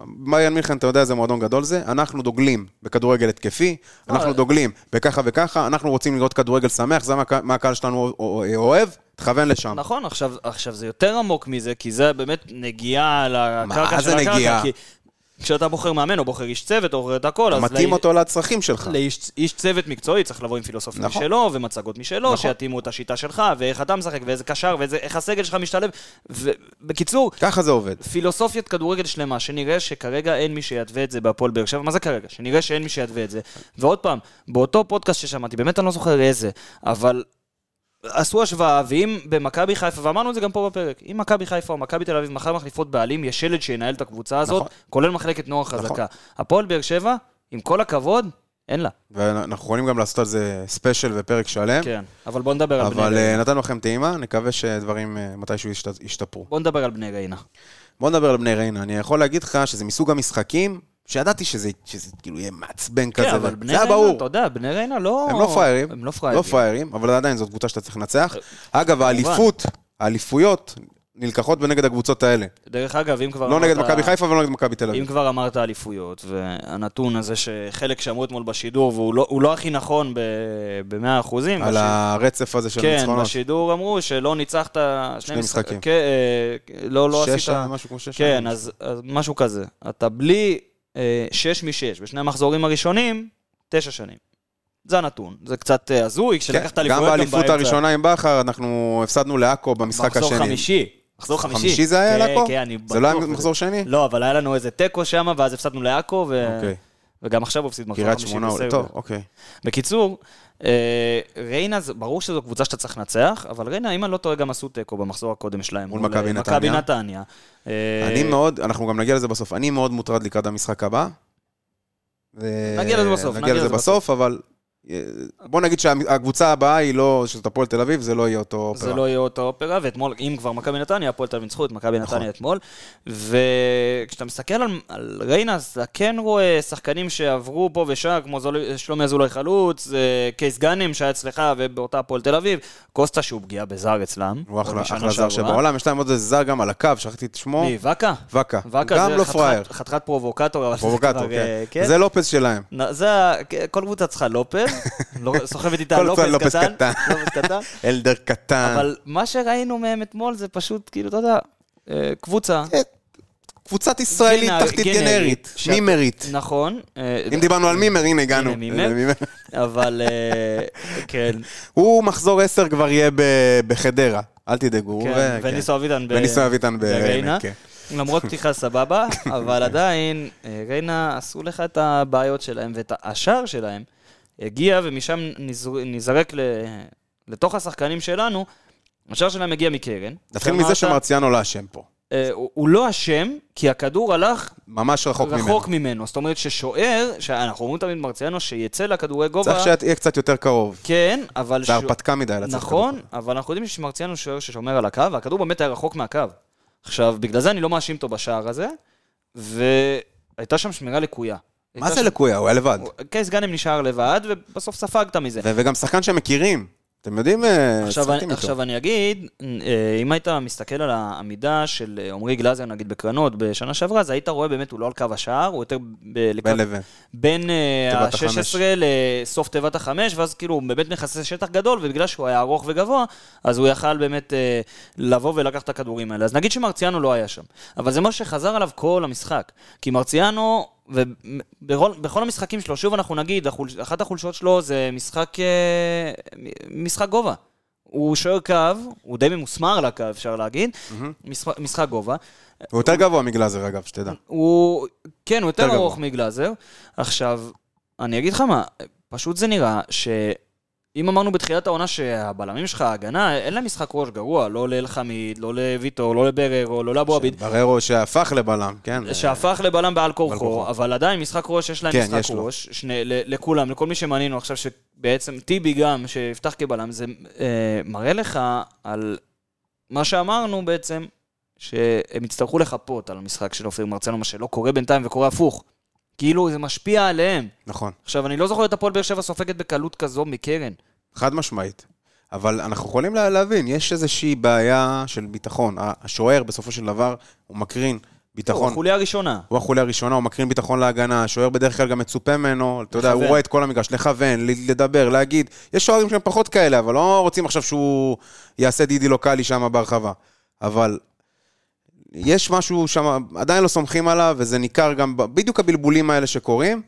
B: מריאן מינכן, אתה יודע איזה מועדון גדול זה? אנחנו דוגלים בכדורגל התקפי, אנחנו דוגלים בככה וככה, אנחנו רוצים לראות כדורגל שמח, זה מה, הקה- מה הקהל שלנו אה, אוהב, תכוון לשם.
A: נכון, עכשיו, עכשיו זה יותר עמוק מזה, כי זה באמת נגיעה לקרקע
B: מה
A: של
B: זה
A: הקרקע.
B: נגיעה?
A: כי כשאתה בוחר מאמן או בוחר איש צוות או בוחר את הכל, אז...
B: מתאים
A: לא-
B: אותו לצרכים שלך.
A: לאיש איש צוות מקצועי צריך לבוא עם פילוסופיה
B: נכון.
A: נכון. משלו ומצגות משלו,
B: נכון.
A: נכון. שיתאימו את השיטה שלך, ואיך אתה משחק, ואיזה קשר, ואיך הסגל שלך משתלב. ובקיצור,
B: ככה זה עובד.
A: פילוסופיית כדורגל שלמה, שנראה שכרגע אין מי שיתווה את זה בהפועל באר שבע, מה זה כרגע? שנראה שאין מי שיתווה את זה. ועוד פעם, באותו פודקאסט ששמעתי, באמת אני לא זוכר איזה, אבל עשו השוואה, ואם במכבי חיפה, ואמרנו את זה גם פה בפרק, אם מכבי חיפה או מכבי תל אביב מחר מחליפות בעלים, יש שלד שינהל את הקבוצה הזאת,
B: נכון.
A: נכון. כולל מחלקת נוער
B: נכון.
A: חזקה. נכון. הפועל באר שבע, עם כל הכבוד, אין לה.
B: ואנחנו יכולים גם לעשות על זה ספיישל ופרק שלם.
A: כן, אבל בוא נדבר על בני
B: אבל
A: ריינה.
B: אה, נתנו לכם טעימה, נקווה שדברים אה, מתישהו ישת- ישתפרו.
A: בוא נדבר על בני ריינה.
B: בוא נדבר על בני ריינה. אני יכול להגיד לך שזה מסוג המשחקים שידעתי שזה שזה כאילו יהיה מעצבן כזה.
A: כן,
B: אבל
A: אבל בני
B: זה היה
A: ריינה,
B: ברור.
A: אתה יודע, בני ריינה לא...
B: הם לא פראיירים.
A: הם לא פראיירים. אה,
B: לא פראיירים, אבל עדיין זאת קבוצה שאתה צריך לנצח. אגב, האליפות, האליפויות נלקחות בנגד הקבוצות האלה.
A: דרך אגב, אם כבר...
B: לא נגד
A: אמרת-
B: מכבי חיפה ולא נגד מכבי תל אביב.
A: אם כבר אמרת אליפויות, והנתון הזה שחלק שמעו אתמול בשידור, והוא לא, הוא לא הכי נכון ב-100 אחוזים.
B: על הרצף הזה של
A: כן,
B: ניצחונות.
A: בשידור אמרו שלא ניצחת שני
B: משחקים.
A: משחק- כן, אה, לא, לא
B: שש,
A: עשית...
B: משהו כמו שש.
A: כן, אז, אז משהו כזה. אתה בלי אה, שש משש, בשני המחזורים הראשונים, תשע שנים. זה הנתון. זה קצת אה, הזוי,
B: כן,
A: כשלקחת
B: גם
A: אליפויות
B: באליפות
A: באמצע.
B: הראשונה עם בכר, אנחנו הפסדנו לעכו במשחק השני.
A: מחזור חמישי. מחזור חמישי.
B: חמישי זה היה
A: כן,
B: לעכו?
A: כן, אני בטוח.
B: זה לא היה מחזור שני?
A: לא, אבל היה לנו איזה תיקו שם, ואז הפסדנו לעכו, ו...
B: אוקיי.
A: וגם עכשיו הוא הפסיד מחזור
B: קריית
A: חמישי.
B: שמונה,
A: בסדר.
B: טוב, אוקיי.
A: בקיצור, אה, ריינה, זה- ברור שזו קבוצה שאתה צריך לנצח, אבל ריינה, אם אני לא טועה, גם עשו תיקו במחזור הקודם שלהם. אה,
B: מול מכבי נתניה.
A: מכבי נתניה. אה,
B: אני מאוד, אנחנו גם נגיע לזה בסוף, אני מאוד מוטרד לקראת המשחק הבא. ו-
A: נגיע לזה בסוף,
B: נגיע לזה בסוף, אבל אה, בוא נגיד שהקבוצה הבאה היא לא, שזאת הפועל תל אביב, זה לא יהיה אותו
A: זה
B: אופרה.
A: לא יהיה אותה אופרה, ואתמול, אם כבר מכבי נתניה, הפועל תל אביב ניצחו את מכבי
B: נכון.
A: נתניה אתמול. וכשאתה מסתכל על, על ריינה, אז אתה כן רואה שחקנים שעברו פה ושם, כמו זול- שלומי אזולאי חלוץ, אה, קייס גאנם שהיה אצלך ובאותה הפועל תל אביב, קוסטה שהוא פגיעה בזר אצלם. לא
B: הוא אחלה
A: משנה
B: אחלה זר
A: שעברה.
B: שבעולם, יש להם עוד איזה זר גם על הקו, שכחתי את שמו,
A: מי, ואקה?
B: אה, ואקה.
A: ואקה
B: גם
A: זה
B: לא
A: חתיכת-
B: פראייר,
A: חתיכת פרובוקטור. אבל זה
B: פרובוקטור,
A: כבר,
B: כן.
A: אה, כן.
B: זה לא- לופס שלהם.
A: נ- זה, ה- כ- כל קבוצה צריכה לופז, לא- סוחבת איתה
B: כל
A: לופז
B: קבוצה לופז
A: קטן,
B: קטן.
A: לופז קטן,
B: אלדר קטן.
A: אבל מה שראינו מהם אתמול זה פשוט, כאילו, אתה יודע, אה, קבוצה,
B: כן. קבוצת ישראלית
A: גנר-
B: תחתית
A: גנרית,
B: גנרית,
A: שאת-
B: מימרית.
A: נכון, אה,
B: אם דיברנו על מימר, הנה הגענו.
A: הנה, מימר.
B: מימר.
A: אבל אה, כן,
B: הוא מחזור 10 כבר יהיה ב- בחדרה, אל תדאגו. הוא-
A: כן,
B: אה, כן.
A: וניסו אביטן ב-
B: וניסו אביטן בריינה,
A: בריינה.
B: כן.
A: למרות פתיחה סבבה, אבל עדיין, אה, ריינה עשו לך את הבעיות שלהם ואת השער שלהם. הגיע ומשם נזר- נזרק ל- לתוך השחקנים שלנו. השער שלהם הגיע מקרן.
B: נתחיל מזה
A: שאמרת,
B: שמרציאנו לא אשם פה.
A: אה, הוא הוא לא אשם, כי הכדור הלך
B: ממש רחוק ממנו.
A: רחוק ממנו. זאת אומרת ששוער, שאנחנו אומרים תמיד מרציאנו, שיצא לכדורי
B: צריך
A: גובה,
B: שתהיה קצת יותר קרוב.
A: כן, אבל...
B: זה
A: שוע-
B: הרפתקה מדי לצאת
A: נכון, אבל אנחנו יודעים שמרציאנו שוער ששומר על הקו, והכדור באמת היה רחוק מהקו. עכשיו, בגלל זה אני לא מאשים אותו בשער הזה, והייתה שם שמירה לקויה.
B: כדור. מה
A: הייתה
B: זה
A: שם-
B: לקויה? הוא היה לבד.
A: קייס גאנם נשאר לבד, ובסוף ספגת מזה.
B: ו- וגם שחקן שמכירים. אתם יודעים, אה,
A: עכשיו,
B: שחקים
A: אני,
B: איתו.
A: עכשיו אני אגיד, אה, אם היית מסתכל על העמידה של אה, עמרי גלאזר, נגיד, בקרנות בשנה שעברה, אז היית רואה באמת, הוא לא על קו השער, הוא יותר ב- לקראת-
B: בין לבין.
A: בין אה,
B: תיבת החמש.
A: ה-16 לסוף תיבת החמש, ואז כאילו הוא באמת מכסה שטח גדול, ובגלל שהוא היה ארוך וגבוה, אז הוא יכל באמת אה, לבוא ולקח את הכדורים האלה. אז נגיד שמרציאנו לא היה שם, אבל זה מה שחזר עליו כל המשחק. כי מרציאנו, ובכל בכל המשחקים שלו, שוב אנחנו נגיד, החול, אחת החולשות שלו זה משחק, אה, מ- משחק גובה. הוא שוער קו, הוא די ממוסמר לקו, אפשר להגיד, משחק, משחק גובה.
B: הוא יותר גבוה מגלאזר, אגב, שתדע.
A: הוא, כן, הוא יותר
B: יותר
A: ארוך
B: גבוה.
A: מגלאזר. עכשיו, אני אגיד לך מה, פשוט זה נראה ש... אם אמרנו בתחילת העונה שהבלמים שלך, ההגנה, אין להם משחק ראש גרוע, לא לאלחמיד, לא לויטור, לא לבררו, לא לאבו עביד,
B: בררו שהפך לבלם, כן.
A: שהפך לבלם בעל
B: בעל
A: כורחו,
B: כורחו.
A: אבל עדיין משחק ראש, יש להם
B: כן, יש
A: משחק
B: לו.
A: ראש, שני, ל- לכולם, לכל מי שמעניין עכשיו, שבעצם טיבי גם, שיפתח כבלם, זה אה, מראה לך על מה שאמרנו בעצם, שהם יצטרכו לחפות על המשחק של אופיר מרציאנו, מה שלא קורה בינתיים וקורה הפוך. כאילו, זה משפיע עליהם.
B: נכון.
A: עכשיו, אני לא זוכר את הפועל באר שבע סופגת בקלות כזו מקרן.
B: חד משמעית. אבל אנחנו יכולים לה- להבין, יש איזושהי בעיה של ביטחון. ה- השוער בסופו של דבר, הוא מקרין
A: הוא
B: ביטחון.
A: החוליה הראשונה.
B: הוא החוליה הראשונה, הוא מקרין ביטחון להגנה, השוער בדרך כלל גם מצופה ממנו, אתה יודע, הוא
A: לכוון.
B: רואה את כל המגרש, לכוון, ל- לדבר, להגיד. יש שוערים שהם פחות כאלה, אבל לא רוצים עכשיו שהוא יעשה דידי לוקאלי שם בהרחבה. אבל יש משהו שם, עדיין לא סומכים עליו, וזה ניכר גם ב- בדיוק הבלבולים האלה שקורים.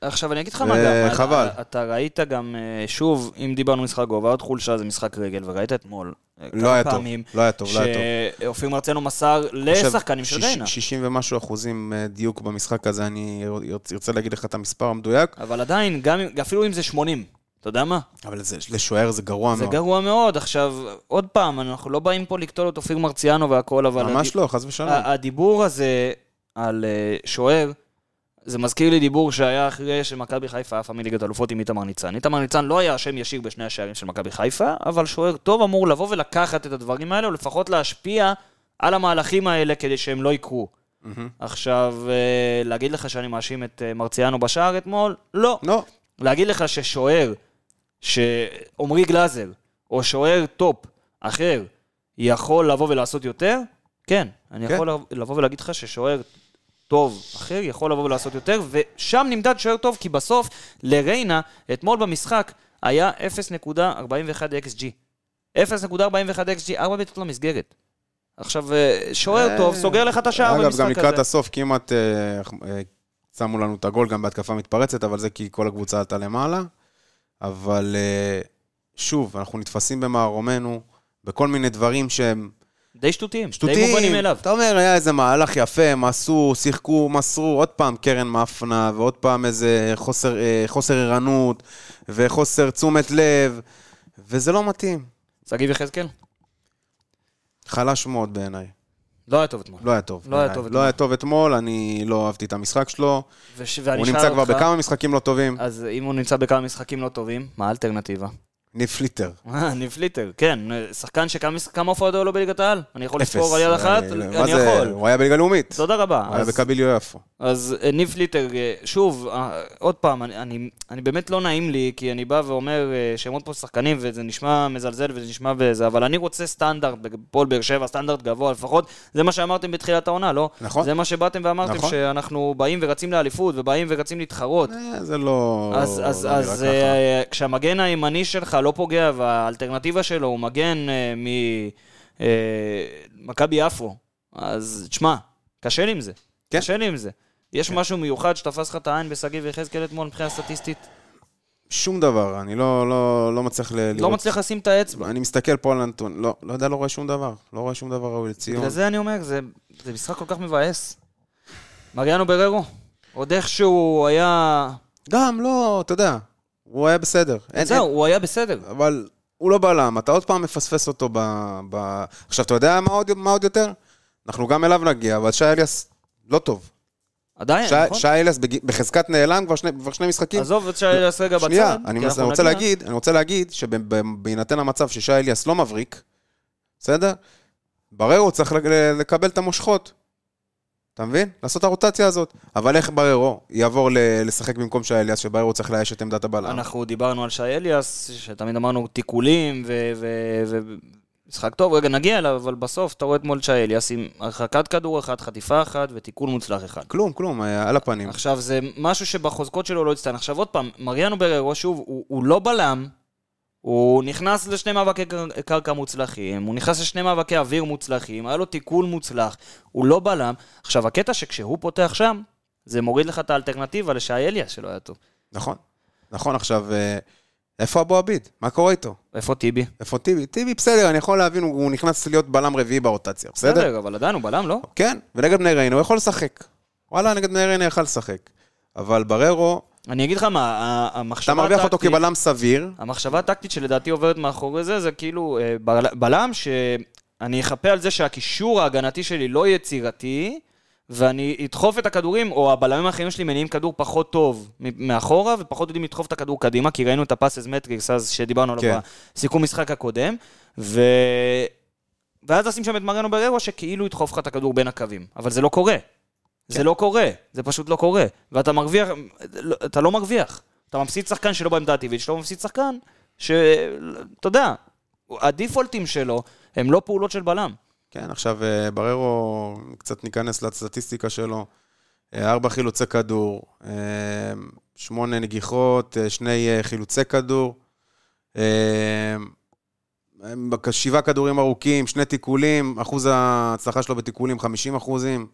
A: עכשיו אני אגיד לך
B: ו-
A: מה גם,
B: אה, חבל.
A: אתה- אתה ראית גם, אה, שוב, אם דיברנו משחק גובה, עוד חולשה זה משחק רגל, וראית אתמול, אה,
B: לא
A: כמה
B: היה טוב,
A: פעמים,
B: לא היה טוב, לא היה טוב.
A: שאופיר מרציאנו מסר לשחקנים של
B: עכשיו, שיש-
A: ריינה.
B: 60 ומשהו אחוזים אה, דיוק במשחק הזה, אני ארצ- ארצה להגיד לך את המספר המדויק,
A: אבל עדיין, גם אם- אפילו אם זה 80, אתה יודע מה?
B: אבל זה- לשוער זה גרוע
A: זה
B: מאוד.
A: גרוע מאוד. עכשיו, עוד פעם, אנחנו לא באים פה לקטול את אופיר מרציאנו והכל, אבל... אה,
B: ממש
A: הדיב-
B: לא, חס ושלום.
A: ה- הדיבור הזה על אה, שוער, זה מזכיר לי דיבור שהיה אחרי שמכבי חיפה עפה מליגת אלופות עם איתמר ניצן. איתמר ניצן לא היה אשם ישיר בשני השערים של מכבי חיפה, אבל שוער טוב אמור לבוא ולקחת את הדברים האלה, או לפחות להשפיע על המהלכים האלה כדי שהם לא יקרו. עכשיו, אה, להגיד לך שאני מאשים את אה, מרציאנו בשער אתמול? לא.
B: לא,
A: להגיד לך ששוער, שעמרי גלאזר, או שוער טופ אחר, יכול לבוא ולעשות יותר? כן. אני
B: כן.
A: יכול לב- לבוא ולהגיד לך ששוער טוב אחר יכול לבוא ולעשות יותר, ושם נמדד שוער טוב, כי בסוף לריינה, אתמול במשחק, היה 0.41 XG. 0.41 XG, 4 בעיטות למסגרת. עכשיו, אה, שוער טוב, סוגר לך את השער
B: אגב, גם
A: במשחק
B: לקראת
A: הזה.
B: הסוף כמעט אה, אה, שמו לנו את הגול גם בהתקפה מתפרצת, אבל זה כי כל הקבוצה עלתה למעלה. אבל אה, שוב, אנחנו נתפסים במערומנו, בכל מיני דברים שהם
A: די שטותיים, די מובנים
B: שטותיים.
A: מאליו.
B: אתה אומר, היה איזה מהלך יפה, הם עשו, שיחקו, מסרו, עוד פעם קרן מאפנה, ועוד פעם איזה חוסר, אה, חוסר ערנות, וחוסר תשומת לב, וזה לא מתאים.
A: שגיב יחזקאל?
B: חלש מאוד בעיניי.
A: לא היה טוב אתמול.
B: לא היה טוב.
A: לא היה
B: בעיניי.
A: טוב
B: לא
A: אתמול.
B: היה טוב אתמול, אני לא אהבתי את המשחק שלו.
A: וש- ואני
B: הוא
A: אשאל
B: נמצא כבר
A: אותך-
B: בכמה משחקים לא טובים.
A: אז אם הוא נמצא בכמה משחקים לא טובים, מה האלטרנטיבה?
B: ניב פליטר.
A: אה, ניב ליטר, כן, שחקן שכמה מש- כמה הופעות היו לו בליגת העל? אני יכול
B: אפס.
A: לספור על יד אחת?
B: אה,
A: אני
B: מה זה?
A: יכול.
B: הוא היה בליגה לאומית.
A: תודה רבה.
B: הוא היה
A: אז-
B: בכביל יפו.
A: אז אה, ניב ליטר, אה, שוב, אה, עוד פעם, אני- אני אני באמת לא נעים לי, כי אני בא ואומר אה, שמות פה שחקנים, וזה נשמע מזלזל וזה נשמע וזה, אבל אני רוצה סטנדרט בפועל באר שבע, סטנדרט גבוה לפחות, זה מה שאמרתם בתחילת העונה, לא?
B: נכון.
A: זה מה שבאתם ואמרתם,
B: נכון.
A: שאנחנו באים ורצים לאליפות, ובאים ורצים להתחרות.
B: אה, זה לא...
A: אז, אז,
B: לא נראה
A: אז
B: ככה.
A: אה, כשהמגן הימני שלך לא פוגע, והאלטרנטיבה שלו הוא מגן אה, ממכבי יפו, אז תשמע, קשה לי עם זה.
B: כן.
A: קשה לי עם זה. יש משהו מיוחד שתפס לך את העין בשגיב יחזקאל אתמול מבחינה סטטיסטית?
B: שום דבר, אני לא- לא לא מצליח ל- לראות...
A: לא מצליח לשים את האצבע.
B: אני מסתכל פה על הנתון, לא, לא יודע, לא רואה שום דבר. לא רואה שום דבר ראוי לציון.
A: בגלל זה אני אומר, זה, זה משחק כל כך מבאס. מריאנו בררו, עוד איכשהו היה...
B: גם, לא, אתה יודע, הוא היה בסדר. אין-
A: זהו, הוא היה בסדר.
B: אין- אבל הוא לא בלם, אתה עוד פעם מפספס אותו ב... ב... עכשיו, אתה יודע מה עוד, מה עוד יותר? אנחנו גם אליו נגיע, אבל שי אליאס לא טוב.
A: עדיין,
B: שי-
A: נכון?
B: שי אליאס בג- בחזקת נעלם כבר שני, כבר שני משחקים.
A: עזוב את שי אליאס רגע בצד.
B: שנייה,
A: אוקיי, כי
B: אני
A: אנחנו
B: מס- אני רוצה
A: נגיע.
B: להגיד, אני רוצה להגיד שבהינתן המצב ששי אליאס לא מבריק, בסדר? בררו צריך ל- ל- לקבל את המושכות. אתה מבין? לעשות את הרוטציה הזאת. אבל איך בררו יעבור ל- לשחק במקום שי אליאס, שבררו צריך לאייש את עמדת הבלם?
A: אנחנו דיברנו על שי אליאס, שתמיד אמרנו תיקולים ו... ו... ו... משחק טוב, רגע נגיע אליו, אבל בסוף אתה רואה אתמול את שי אליאס עם הרחקת כדור אחת, חטיפה אחת ותיקול מוצלח אחד.
B: כלום, כלום, אה, על הפנים.
A: עכשיו, זה משהו שבחוזקות שלו לא הצטיין. עכשיו, עוד פעם, מריאנו בררו, שוב, הוא, הוא לא בלם, הוא נכנס לשני מאבקי קר- קרקע מוצלחים, הוא נכנס לשני מאבקי אוויר מוצלחים, היה לו תיקול מוצלח, הוא לא בלם. עכשיו, הקטע שכשהוא פותח שם, זה מוריד לך את האלטרנטיבה לשי אליאס שלא היה טוב.
B: נכון. נכון, עכשיו, אה, איפה אבו עביד? מה קורה איתו?
A: איפה טיבי?
B: איפה טיבי? טיבי, בסדר, אני יכול להבין, הוא הוא נכנס להיות בלם רביעי ברוטציה, בסדר?
A: בסדר, אבל עדיין הוא בלם, לא?
B: כן, ונגד בני ריינה הוא יכול לשחק. וואלה, נגד בני ריינה יכל לשחק. אבל בררו,
A: אני אגיד לך מה, ה-
B: אתה
A: המחשבה
B: מרוויח אותו
A: הטקטית-
B: כבלם סביר,
A: המחשבה הטקטית שלדעתי עוברת מאחורי זה, זה כאילו אה, בל- בלם שאני אחפה על זה שהקישור ההגנתי שלי לא יצירתי, ואני אדחוף את הכדורים, או הבלמים האחרים שלי מניעים כדור פחות טוב מ- מאחורה, ופחות יודעים לדחוף את הכדור קדימה, כי ראינו את הפאסס מטריקס אז שדיברנו עליו
B: כן.
A: בסיכום משחק הקודם, ו... ואז לשים שם את מריאנו בררו שכאילו ידחוף לך את הכדור בין הקווים, אבל זה לא קורה. זה לא קורה, זה פשוט לא קורה. ואתה מרוויח, לא- אתה לא מרוויח. אתה מפסיד שחקן שלא בעמדה הטבעית שלו, מפסיד שחקן ש... אתה יודע, הדיפולטים שלו הם לא פעולות של בלם.
B: כן, עכשיו אה, בררו, קצת ניכנס לסטטיסטיקה שלו. אה, ארבע חילוצי כדור, אה, שמונה נגיחות, אה, שני אה, חילוצי כדור, אה, הם בכ- שבעה כדורים ארוכים, שני תיקולים, אחוז ההצלחה שלו בתיקולים 50 אחוזים.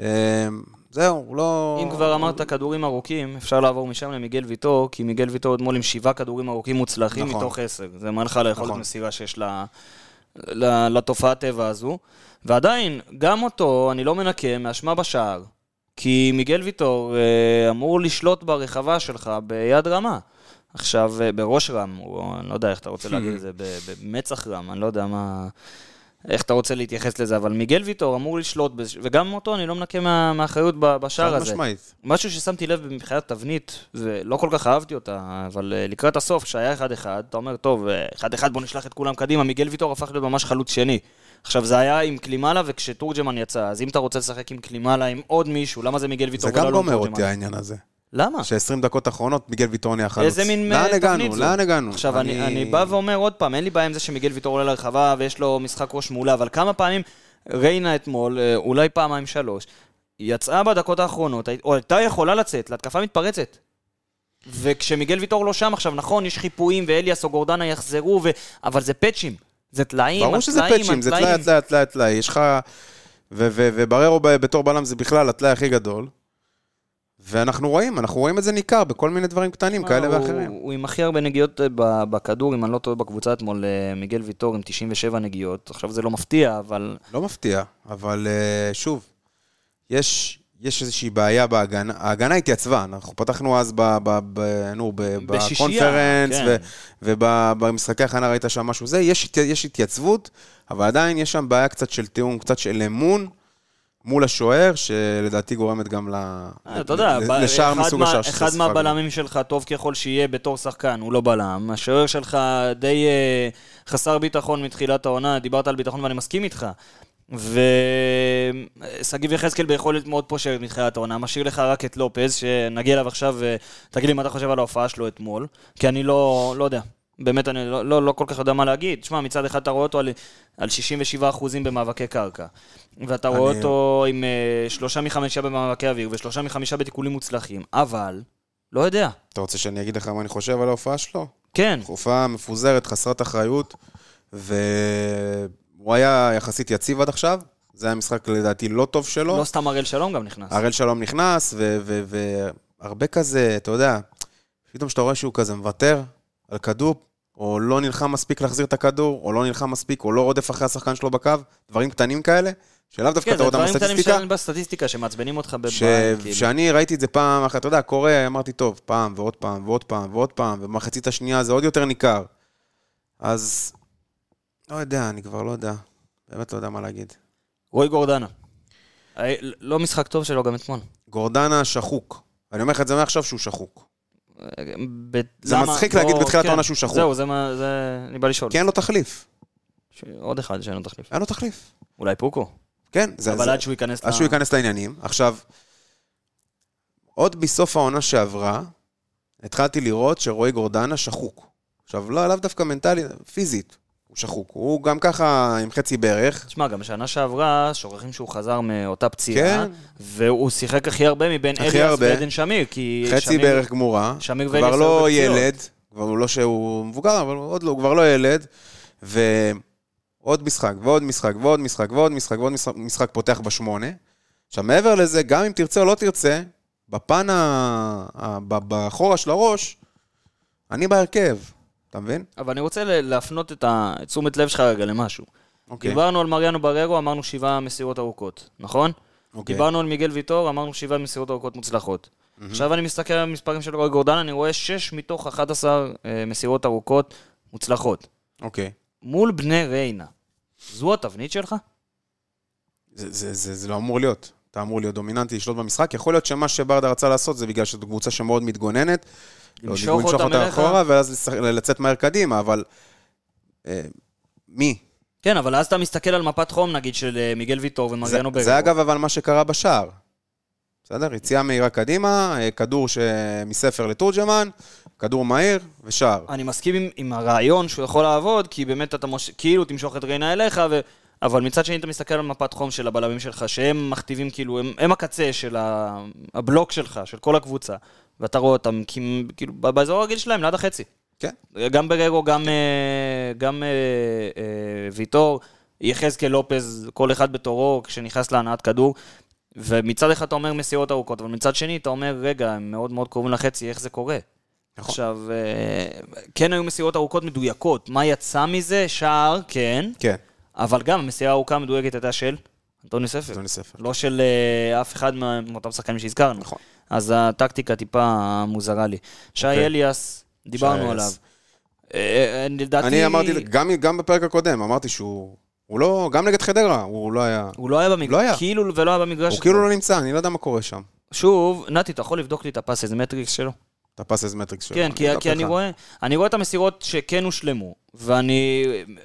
B: אה, זהו, הוא לא...
A: אם כבר אמרת כדורים ארוכים, אפשר לעבור משם למיגל ויטור, כי מיגל ויטור אתמול עם שבעה כדורים ארוכים מוצלחים
B: נכון.
A: מתוך עשר. זה מראה לך על היכולת
B: נכון.
A: מסירה שיש ל- ל- לתופעת טבע הזו. ועדיין, גם אותו אני לא מנקה מאשמה בשער. כי מיגל ויטור אה, אמור לשלוט ברחבה שלך ביד רמה. עכשיו, אה, בראש רם, הוא- אני לא יודע איך אתה רוצה להגיד את זה, ב- במצח רם, אני לא יודע מה... איך אתה רוצה להתייחס לזה, אבל מיגל ויטור אמור לשלוט, בזה, וגם אותו אני לא מנקה מה, מהאחריות ב- בשער
B: חד
A: הזה.
B: משמעית.
A: משהו ששמתי לב מבחינת תבנית, ולא כל כך אהבתי אותה, אבל אה, לקראת הסוף, כשהיה 1-1, אתה אומר, טוב, אה, 1-1 בוא נשלח את כולם קדימה, מיגל ויטור הפך להיות ממש חלוץ שני. עכשיו, זה היה עם קלימאלה וכשתורג'מן יצא, אז אם אתה רוצה לשחק עם קלימאלה, עם עוד מישהו, למה זה מיגל ויטור
B: זה
A: ולא
B: גם
A: אלון
B: גומר אותי
A: תורג'מן?
B: העניין הזה.
A: למה?
B: ש-20 דקות אחרונות מיגל ויטור נהיה חלוץ.
A: איזה מין אה,
B: לאן
A: תבנית
B: הגענו?
A: זו?
B: לאן הגענו?
A: עכשיו, אני, אני בא ואומר עוד פעם, אין לי בעיה עם זה שמיגל ויטור עולה לרחבה ויש לו משחק ראש מעולה, אבל כמה פעמים ריינה אתמול, אה, אולי פעמיים שלוש, יצאה בדקות האחרונות, הי- או הייתה יכולה לצאת, להתקפה מתפרצת. וכשמיגל ויטור לא שם עכשיו, נכון, יש חיפויים ואליאס או גורדנה יחזרו, ו... אבל זה פאצ'ים. זה טלאים,
B: ברור
A: על
B: שזה
A: טלאים, על
B: פאצ'ים, זה
A: טלאים.
B: טלאי, טלאי, טלאי, טלאי. יש לך... ו- ו- ובררו ב- בתור בלם זה בכלל הטלאי הכי גדול. ואנחנו רואים, אנחנו רואים את זה ניכר בכל מיני דברים קטנים כאלה
A: אה, הוא-
B: ואחרים.
A: הוא עם הכי הרבה נגיעות אה, ב- בכדור, אם אני לא טועה בקבוצה אתמול, אה, מיגל ויטור עם 97 נגיעות. עכשיו זה לא מפתיע, אבל
B: לא מפתיע, אבל אה, שוב, יש... יש איזושהי בעיה בהגנה, ההגנה התייצבה, אנחנו פתחנו אז ב... ב, ב נו, ב,
A: בשישייה,
B: בקונפרנס,
A: כן.
B: ו, ובמשחקי הכנה ראית שם משהו זה, יש, התי- יש התייצבות, אבל עדיין יש שם בעיה קצת של תיאום, קצת של אמון מול השוער, שלדעתי גורמת גם ל...
A: אה, אתה יודע,
B: ל-
A: ב-
B: לשער
A: אחד
B: מסוג
A: מה-
B: השער
A: אחד
B: שספגנו.
A: מהבלמים שלך, טוב ככל שיהיה בתור שחקן, הוא לא בלם. השוער שלך די אה, חסר ביטחון מתחילת העונה, דיברת על ביטחון ואני מסכים איתך. ושגיב יחזקאל ביכולת מאוד פושרת מתחילת העונה, משאיר לך רק את לופז, שנגיע אליו עכשיו, אה, תגיד לי מה אתה חושב על ההופעה שלו אתמול, כי אני לא, לא יודע. באמת, אני לא, לא, לא כל כך יודע מה להגיד. שמע, מצד אחד אתה רואה אותו על, על 67% במאבקי קרקע, ואתה
B: אני-
A: רואה אותו עם אה, שלושה מחמישה במאבקי אוויר ושלושה מחמישה בתיקולים מוצלחים, אבל לא יודע.
B: אתה רוצה שאני אגיד לך מה אני חושב על ההופעה שלו?
A: כן,
B: הופעה מפוזרת, חסרת אחריות, והוא היה יחסית יציב עד עכשיו. זה היה משחק לדעתי לא טוב שלו.
A: לא סתם אריאל שלום גם נכנס.
B: הראל שלום נכנס, והרבה כזה, אתה יודע, פתאום כשאתה רואה שהוא כזה מוותר על כדור, או לא נלחם מספיק להחזיר את הכדור, או לא נלחם מספיק, או לא רודף אחרי השחקן שלו בקו, דברים קטנים כאלה, שלאו דווקא
A: כן,
B: אתה
A: זה
B: רואה אותם
A: דברים קטנים
B: בסטטיסטיקה.
A: שאין בסטטיסטיקה שמעצבנים אותך בבית.
B: ש-
A: כאילו.
B: שאני ראיתי את זה פעם אחת, אתה יודע, קורה, אמרתי, טוב, פעם ועוד פעם ועוד פעם ועוד פעם, ובמחצית השנייה זה עוד יותר ניכר. אז, לא יודע, אני כבר לא יודע. באמת לא יודע מה להגיד.
A: רועי גורדנה. אה, לא משחק טוב שלו גם אתמול.
B: גורדנה שחוק. אני אומר לך את זה מעכשיו שהוא שחוק.
A: אה, ב-
B: זה
A: למה-
B: מצחיק
A: לא,
B: להגיד בתחילת
A: כן.
B: העונה שהוא כן. שחוק.
A: זהו, זה מה, זה... אני בא לשאול.
B: כי אין לו תחליף.
A: ש- עוד אחד שאין לו תחליף.
B: אין לו תחליף.
A: אולי פוקו.
B: כן, זה...
A: אבל
B: זה-
A: עד שהוא ייכנס...
B: אז שהוא
A: ל-
B: ייכנס לעניינים. עכשיו, עוד בסוף העונה שעברה, התחלתי לראות שרועי גורדנה שחוק. עכשיו, לא, לאו דווקא מנטלית, פיזית. הוא שחוק. הוא גם ככה עם חצי ברך.
A: תשמע, גם שנה שעברה, שוכחים שהוא חזר מאותה פציעה,
B: כן.
A: והוא שיחק הכי הרבה מבין
B: הכי
A: אליאס
B: הרבה.
A: ועדן שמיר, כי
B: חצי
A: שמיר-
B: ברך גמורה.
A: שמיר
B: כבר
A: ואליס
B: לא
A: היו בפציעות.
B: ילד. כבר הוא לא שהוא מבוגר, אבל עוד לא, הוא כבר לא ילד. ועוד משחק, ועוד משחק, ועוד משחק, ועוד משחק, ועוד משחק, משחק פותח בשמונה. עכשיו, מעבר לזה, גם אם תרצה או לא תרצה, בפן ה... ה... ב- בחורה של הראש, אני בהרכב. אתה מבין?
A: אבל אני רוצה ל- להפנות את ה- את תשומת לב שלך רגע למשהו.
B: אוקיי.
A: דיברנו על מריאנו בררו, אמרנו שבעה מסירות ארוכות, נכון?
B: אוקיי.
A: דיברנו על מיגל ויטור, אמרנו שבעה מסירות ארוכות מוצלחות. עכשיו אני מסתכל על המספרים של רועי גורדן, אני רואה 6 מתוך 11 אה, מסירות ארוכות מוצלחות.
B: אוקיי.
A: מול בני ריינה, זו התבנית שלך?
B: זה, זה, זה, זה לא אמור להיות. אתה אמור להיות דומיננטי, לשלוט במשחק. יכול להיות שמה שברדה רצה לעשות זה בגלל שזו קבוצה שמאוד מתגוננת. לא,
A: למשוך
B: למשוך
A: אותם
B: אותה
A: אליך?
B: אחורה ואז לשח- לצאת מהר קדימה, אבל... אה, מי?
A: כן, אבל אז אתה מסתכל על מפת חום, נגיד, של אה, מיגל ויטור
B: זה,
A: ומריאנו בררו.
B: זה אגב אבל מה שקרה בשער. בסדר? יציאה מהירה קדימה, אה, כדור ש- מספר לתורג'מן, כדור מהיר ושער.
A: אני מסכים עם, עם הרעיון שהוא יכול לעבוד, כי באמת אתה מוש... כאילו תמשוך את ריינה אליך, ו... אבל מצד שני אתה מסתכל על מפת חום של הבלמים שלך, שהם מכתיבים כאילו, הם, הם הקצה של ה... הבלוק שלך, של כל הקבוצה, ואתה רואה אותם כי- כאילו ב- באזור הרגיל שלהם, ליד החצי.
B: כן.
A: גם בררו, גם, אה, גם אה, אה, ויטור, יחזקאל לופז, כל אחד בתורו, כשנכנס להנעת כדור. ומצד אחד אתה אומר מסירות ארוכות, אבל מצד שני אתה אומר, רגע, הם מאוד מאוד קרובים לחצי, איך זה קורה?
B: נכון.
A: עכשיו, אה, כן היו מסירות ארוכות מדויקות. מה יצא מזה? שער, כן.
B: כן,
A: אבל גם המסירה הארוכה המדויקת הייתה של אנטוני ספר.
B: אדוני ספר.
A: לא של אה, אף אחד מה- מאותם שחקנים שהזכרנו.
B: נכון.
A: אז הטקטיקה טיפה מוזרה לי. שי אליאס, דיברנו
B: אוקיי. שי
A: עליו.
B: אליאס.
A: אה, אה, לדעתי...
B: אני אמרתי, גם, גם בפרק הקודם, אמרתי שהוא הוא לא, גם נגד חדרה, הוא לא היה,
A: הוא לא היה במגרש,
B: לא היה.
A: כאילו ולא היה במגרש.
B: הוא כאילו לא נמצא, אני לא יודע מה קורה שם.
A: שוב, נתי, אתה יכול לבדוק לי את הפס, איזה מטריקס שלו?
B: את הפס איזמטריקס שלו.
A: כן, כי, כי אני,
B: מהפכה.
A: רואה, אני רואה את המסירות שכן הושלמו, ואני,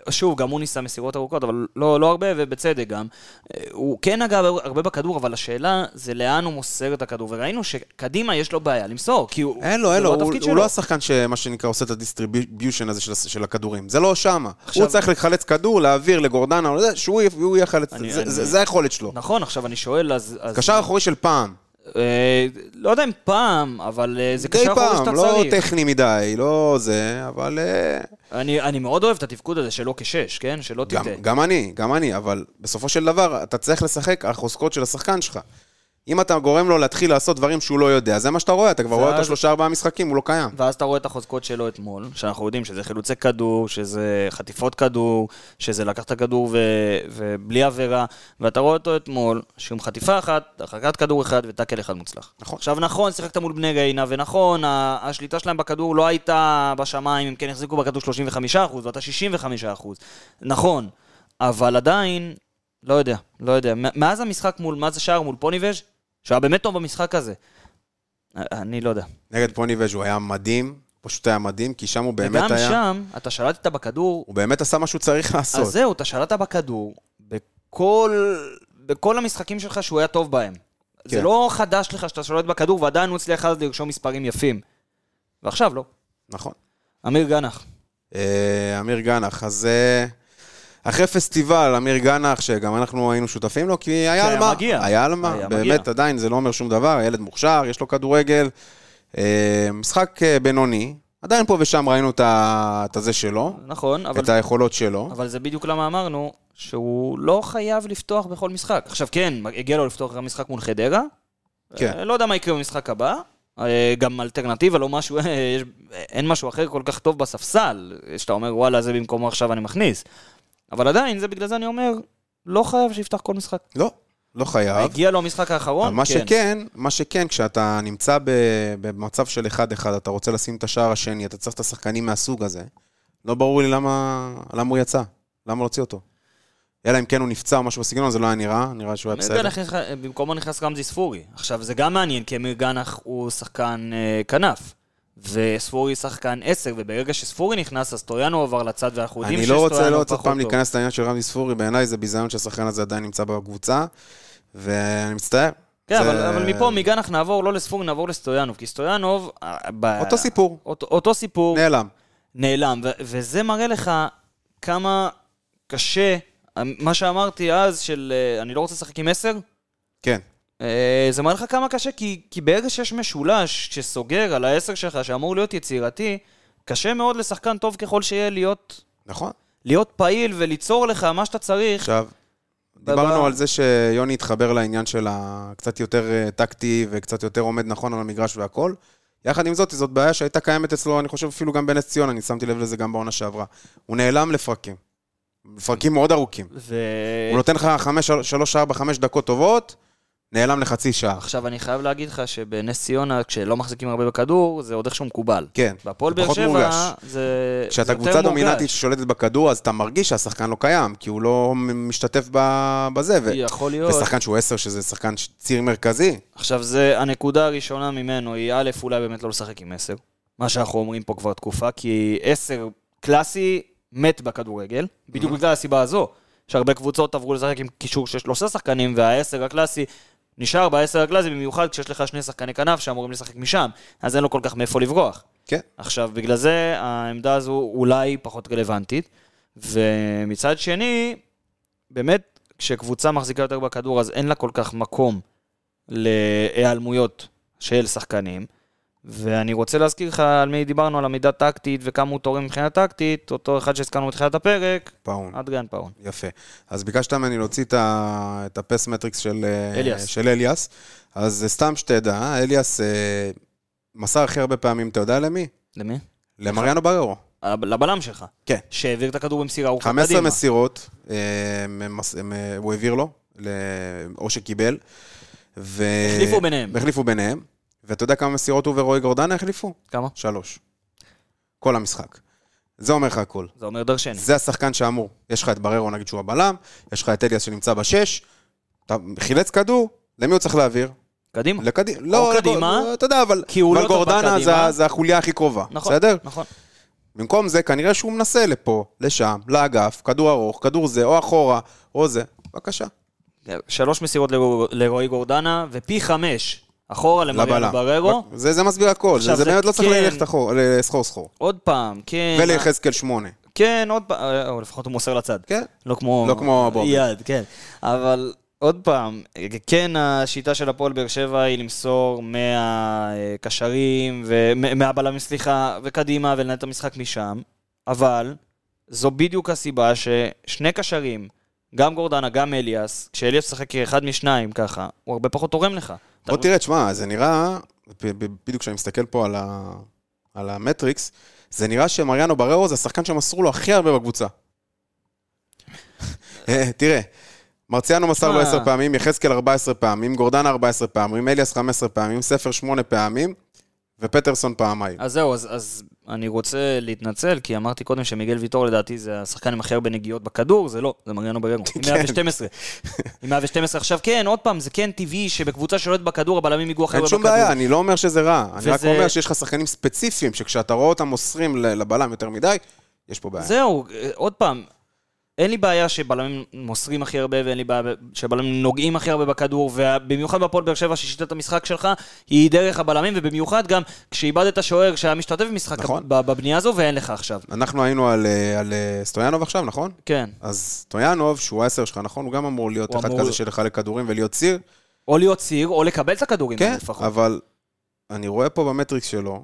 A: שוב, גם הוא ניסה מסירות ארוכות, אבל לא, לא הרבה, ובצדק גם. אה, הוא כן נגע הרבה בכדור, אבל השאלה זה לאן הוא מוסר את הכדור, וראינו שקדימה יש לו בעיה למסור, כי הוא...
B: אין לו,
A: זה
B: אין לו,
A: לא
B: הוא,
A: התפקיד
B: הוא
A: שלו.
B: לא השחקן שמה שנקרא עושה את הדיסטריביושן הזה של, הס- של הכדורים, זה לא שמה.
A: עכשיו-
B: הוא צריך לחלץ כדור, להעביר לגורדנה, או לזה, שהוא יהיה- הוא יהיה חלץ,
A: אני-
B: זה,
A: אני-
B: זה, זה היכולת שלו.
A: נכון, עכשיו אני שואל, אז... אז
B: קשר אחורי של פעם.
A: אה, לא יודע אם פעם, אבל אה, זה
B: די
A: קשר אחורי שאתה
B: פעם, לא
A: צריך.
B: טכני מדי, לא זה, אבל... אה,
A: אני, אני מאוד אוהב את התפקוד הזה שלא כשש, כן? שלא
B: גם,
A: תטעה.
B: גם אני, גם אני, אבל בסופו של דבר, אתה צריך לשחק על חוזקות של השחקן שלך. אם אתה גורם לו להתחיל לעשות דברים שהוא לא יודע, זה מה שאתה רואה, אתה כבר רואה
A: ואז-
B: אותו שלושה ארבעה משחקים, הוא לא קיים.
A: ואז אתה רואה את החוזקות שלו אתמול, שאנחנו יודעים שזה חילוצי כדור, שזה חטיפות כדור, שזה לקח את הכדור ו... ובלי עבירה, ואתה רואה אותו אתמול, שעם חטיפה אחת, הרחקת כדור אחד וטאקל אחד מוצלח.
B: נכון.
A: עכשיו נכון, שיחקת מול בני ריינה, ונכון, ה... השליטה שלהם בכדור לא הייתה בשמיים, הם כן החזיקו בכדור 35% ואתה 65%. נכון, אבל עדיין, לא יודע, לא יודע. מ- מאז המשחק מול, מה זה שער מול פוניבז', שהיה באמת טוב במשחק הזה. אני לא יודע.
B: נגד פוניבז' הוא היה מדהים, פשוט היה מדהים, כי שם הוא באמת
A: וגם
B: היה...
A: שם, אתה שלטת בכדור,
B: הוא באמת עשה מה שהוא צריך
A: אז
B: לעשות.
A: זהו, אתה שלטת בכדור בכל, בכל המשחקים שלך שהוא היה טוב בהם. זה
B: כן.
A: לא חדש לך שאתה שולט בכדור ועדיין הוא הצליח אז לרשום מספרים יפים. ועכשיו לא.
B: נכון.
A: אמיר גנח.
B: אה, אמיר גנח, אז אה, אחרי פסטיבל, אמיר גנח, שגם אנחנו היינו שותפים לו, כי היה
A: שהיה
B: על מה.
A: מגיע.
B: היה על מה.
A: היה
B: באמת,
A: מגיע.
B: עדיין זה לא אומר שום דבר, הילד מוכשר, יש לו כדורגל. אה, משחק אה, בינוני, עדיין פה ושם ראינו את ה- את הזה שלו,
A: נכון, אבל,
B: את היכולות שלו.
A: אבל זה בדיוק למה אמרנו שהוא לא חייב לפתוח בכל משחק. עכשיו כן, הגיע לו לפתוח גם משחק מול חדרה.
B: כן.
A: אה, לא יודע מה יקרה במשחק הבא. אה, גם אלטרנטיבה, לא משהו, יש- אין משהו אחר כל כך טוב בספסל, שאתה אומר, וואלה, זה במקומו עכשיו אני מכניס. אבל עדיין, זה בגלל זה אני אומר, לא חייב שיפתח כל משחק.
B: לא, לא חייב.
A: הגיע לו המשחק האחרון,
B: אבל מה
A: כן.
B: שכן, מה שכן, כשאתה נמצא ב- במצב של 1-1, אתה רוצה לשים את השער השני, אתה צריך את השחקנים מהסוג הזה. לא ברור לי למה, למה הוא יצא, למה להוציא אותו. אלא אם כן הוא נפצע או משהו בסגנון, זה לא היה נראה, נראה שהוא היה
A: אמיר
B: בסדר.
A: גנח נכנס- במקומו נכנס רמזי ספורי. עכשיו, זה גם מעניין, כי אמיר גנח הוא שחקן אה, כנף. וספורי שחקן 10, וברגע שספורי נכנס, אז טויאנו עבר לצד, ואנחנו יודעים
B: אני
A: שסטויאנו
B: לא
A: פחות טוב.
B: רוצה, לא רוצה פעם להיכנס לעניין של רמי ספורי, בעיניי זה ביזיון שהשחקן הזה עדיין נמצא בקבוצה, ואני מצטער.
A: כן,
B: זה-
A: אבל, אבל מפה, מגנח נעבור לא לספורי, נעבור לסטויאנוב, כי סטויאנוב... אה, ב...
B: אותו סיפור,
A: אותו, אותו סיפור, נעלם,
B: נעלם.
A: נעלם ו- וזה מראה לך כמה קשה, אמ, מה שאמרתי אז, של אה, אני לא רוצה לשחק עם עשר,
B: כן,
A: אה, זה מראה לך כמה קשה, כי, כי ברגע שיש משולש שסוגר על העשר שלך, שאמור להיות יצירתי, קשה מאוד לשחקן טוב ככל שיהיה להיות,
B: נכון.
A: להיות פעיל וליצור לך מה שאתה צריך.
B: עכשיו, דיברנו על זה שיוני התחבר לעניין של ה- קצת יותר אה, טקטי וקצת יותר עומד נכון על המגרש והכול. יחד עם זאת, זאת בעיה שהייתה קיימת אצלו, אני חושב אפילו גם בנס ציונה, אני שמתי לב לזה גם בעונה שעברה. הוא נעלם לפרקים. לפרקים מאוד ארוכים.
A: ו...
B: הוא לא נותן לך חמש, שלוש, ארבע, חמש דקות טובות, נעלם לחצי שעה.
A: עכשיו, אני חייב להגיד לך שבנס ציונה, כשלא מחזיקים הרבה בכדור, זה עוד איכשהו מקובל.
B: כן,
A: בהפועל
B: זה
A: באר
B: פחות
A: שבע,
B: מורגש.
A: זה זה
B: כשאתה
A: יותר
B: קבוצה דומיננטית
A: מורגש.
B: ששולטת בכדור, אז אתה מרגיש שהשחקן לא קיים, כי הוא לא משתתף ב- בזה. ו-
A: יכול להיות.
B: ושחקן שהוא עשר, שזה שחקן ש- ציר מרכזי,
A: עכשיו, זה הנקודה הראשונה ממנו היא, א', אולי באמת לא לשחק עם 10, מה שאנחנו אומרים פה כבר תקופה, כי 10 קלאסי מת בכדורגל, בדיוק
B: Mm-hmm.
A: בגלל הסיבה הזו, שהרבה קבוצות עברו לשחק עם קישור של שלושה שחקנים, וה-10 הקלאסי נשאר ב-10 הקלאסי, במיוחד כשיש לך שני שחקני כנף שאמורים לשחק משם, אז אין לו כל כך מאיפה לברוח.
B: כן.
A: עכשיו, בגלל זה העמדה הזו אולי פחות רלוונטית. ומצד שני, באמת, כשקבוצה מחזיקה יותר בכדור, אז אין לה כל כך מקום להיעלמויות של שחקנים. ואני רוצה להזכיר לך על מי דיברנו, על עמידה טקטית וכמה הוא תורם מבחינה טקטית, אותו אחד שהזכרנו בתחילת הפרק,
B: פאון.
A: אדריאן פאון.
B: יפה. אז ביקשת ממני להוציא את, ה... את הפס מטריקס של אה,
A: אליאס.
B: של אליאס. אז אה, סתם שתדע, אה, אליאס אה, מסר הכי הרבה פעמים, אתה יודע למי?
A: למי?
B: למריאנו בררו.
A: לב- לבלם שלך.
B: כן.
A: שהעביר את הכדור במסירה ארוכה
B: 15
A: קדימה.
B: מסירות, אה, מ- מס- מ- הוא העביר לו, ל- או שקיבל. ו...
A: החליפו ביניהם.
B: החליפו ביניהם. ואתה יודע כמה מסירות הוא ורועי גורדנה החליפו?
A: כמה?
B: שלוש. כל המשחק. זה אומר לך הכל.
A: זה אומר דרשני.
B: זה השחקן שאמור. יש לך את בררו, נגיד שהוא הבלם, יש לך את אליאס שנמצא בשש, אתה חילץ כדור, למי הוא צריך להעביר?
A: קדימה.
B: לקדימ... לא, לגו-
A: קדימה,
B: אתה יודע, אבל...
A: כי הוא לא
B: אבל
A: טוב
B: גורדנה
A: בקדימה.
B: זה, זה החוליה הכי קרובה,
A: נכון.
B: בסדר?
A: נכון.
B: במקום זה, כנראה שהוא מנסה לפה, לשם, לאגף, כדור ארוך, כדור זה, או אחורה, או זה. בבקשה.
A: שלוש מסירות לגו- לרועי גורדנה, ופי חמש אחורה למריאנו
B: לבלם.
A: בררו.
B: זה, זה מסביר הכל,
A: עכשיו,
B: זה, זה
A: זה-
B: באמת לא צריך
A: כן.
B: ללכת אחורה, לסחור סחור.
A: עוד פעם, כן.
B: וליחזקאל שמונה.
A: כן, עוד פעם, אה, או לפחות הוא מוסר לצד.
B: כן.
A: לא כמו...
B: לא כמו בובי.
A: יד, כן. אבל עוד פעם, כן, השיטה של הפועל באר שבע היא למסור מהקשרים, ו- מה- מהבלמים, סליחה, וקדימה, ולנהל את המשחק משם, אבל זו בדיוק הסיבה ששני קשרים, גם גורדנה, גם אליאס, כשאליאס משחק כאחד משניים ככה, הוא הרבה פחות תורם לך.
B: בוא
A: אתה-
B: תראה, תשמע, זה נראה, ב- ב- בדיוק כשאני מסתכל פה על, ה, על המטריקס, זה נראה שמריאנו בררו זה השחקן שמסרו לו הכי הרבה בקבוצה. אה, תראה, מרציאנו מסר לו
A: תשמע.
B: 10 פעמים, יחזקאל 14 פעמים, גורדנה 14 פעמים, אליאס 15 פעמים, ספר 8 פעמים, ופטרסון פעמיים.
A: אז זהו, אז, אז אני רוצה להתנצל, כי אמרתי קודם שמיגל ויטור לדעתי זה השחקן עם הכי הרבה נגיעות בכדור, זה לא, זה מריאנו בררו, עם
B: כן.
A: 112. עם 112 עכשיו, כן, עוד פעם, זה כן טבעי שבקבוצה שולטת בכדור, הבלמים ייגעו הכי
B: אין
A: הרבה
B: שום
A: בכדור.
B: בעיה, אני לא אומר שזה רע. אני רק
A: וזה-
B: אומר שיש לך שחקנים ספציפיים, שכשאתה רואה אותם מוסרים ל- לבלם יותר מדי, יש פה בעיה.
A: זהו, אה, עוד פעם, אין לי בעיה שבלמים מוסרים הכי הרבה, ואין לי בעיה שבלמים נוגעים הכי הרבה בכדור, ובמיוחד בהפועל באר שבע, ששיטת המשחק שלך היא דרך הבלמים, ובמיוחד גם כשאיבדת שוער שהיה משתתף במשחק
B: נכון.
A: ב- בבנייה הזו, ואין לך עכשיו.
B: אנחנו היינו על, אה, על אה, סטויאנוב עכשיו, נכון?
A: כן.
B: אז טויאנוב, שהוא העשר שלך, נכון? הוא גם אמור להיות
A: הוא
B: אחד
A: אמור-
B: כזה של לחלק כדורים ולהיות ציר.
A: או להיות ציר, או לקבל את הכדורים
B: כן,
A: האלה לפחות.
B: אבל אני רואה פה במטריקס שלו,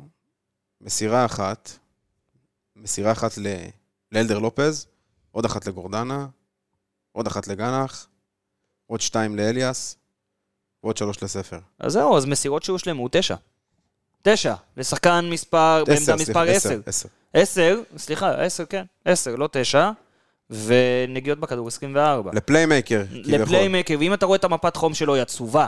B: מסירה אחת, מסירה אחת ל- לאלדר לופז, עוד אחת לגורדנה, עוד אחת לגנח, עוד שתיים לאליאס, ועוד שלוש לספר.
A: אז זהו, אז מסירות שהושלמו, תשע. תשע, לשחקן מספר, בעמדה
B: סליחה,
A: מספר עשר.
B: עשר.
A: עשר, סליחה, עשר, כן, עשר, לא תשע, ונגיעות בכדור 24.
B: לפליימייקר, כביכול.
A: לפליימקר, ואם אתה רואה את המפת חום שלו, היא עצובה.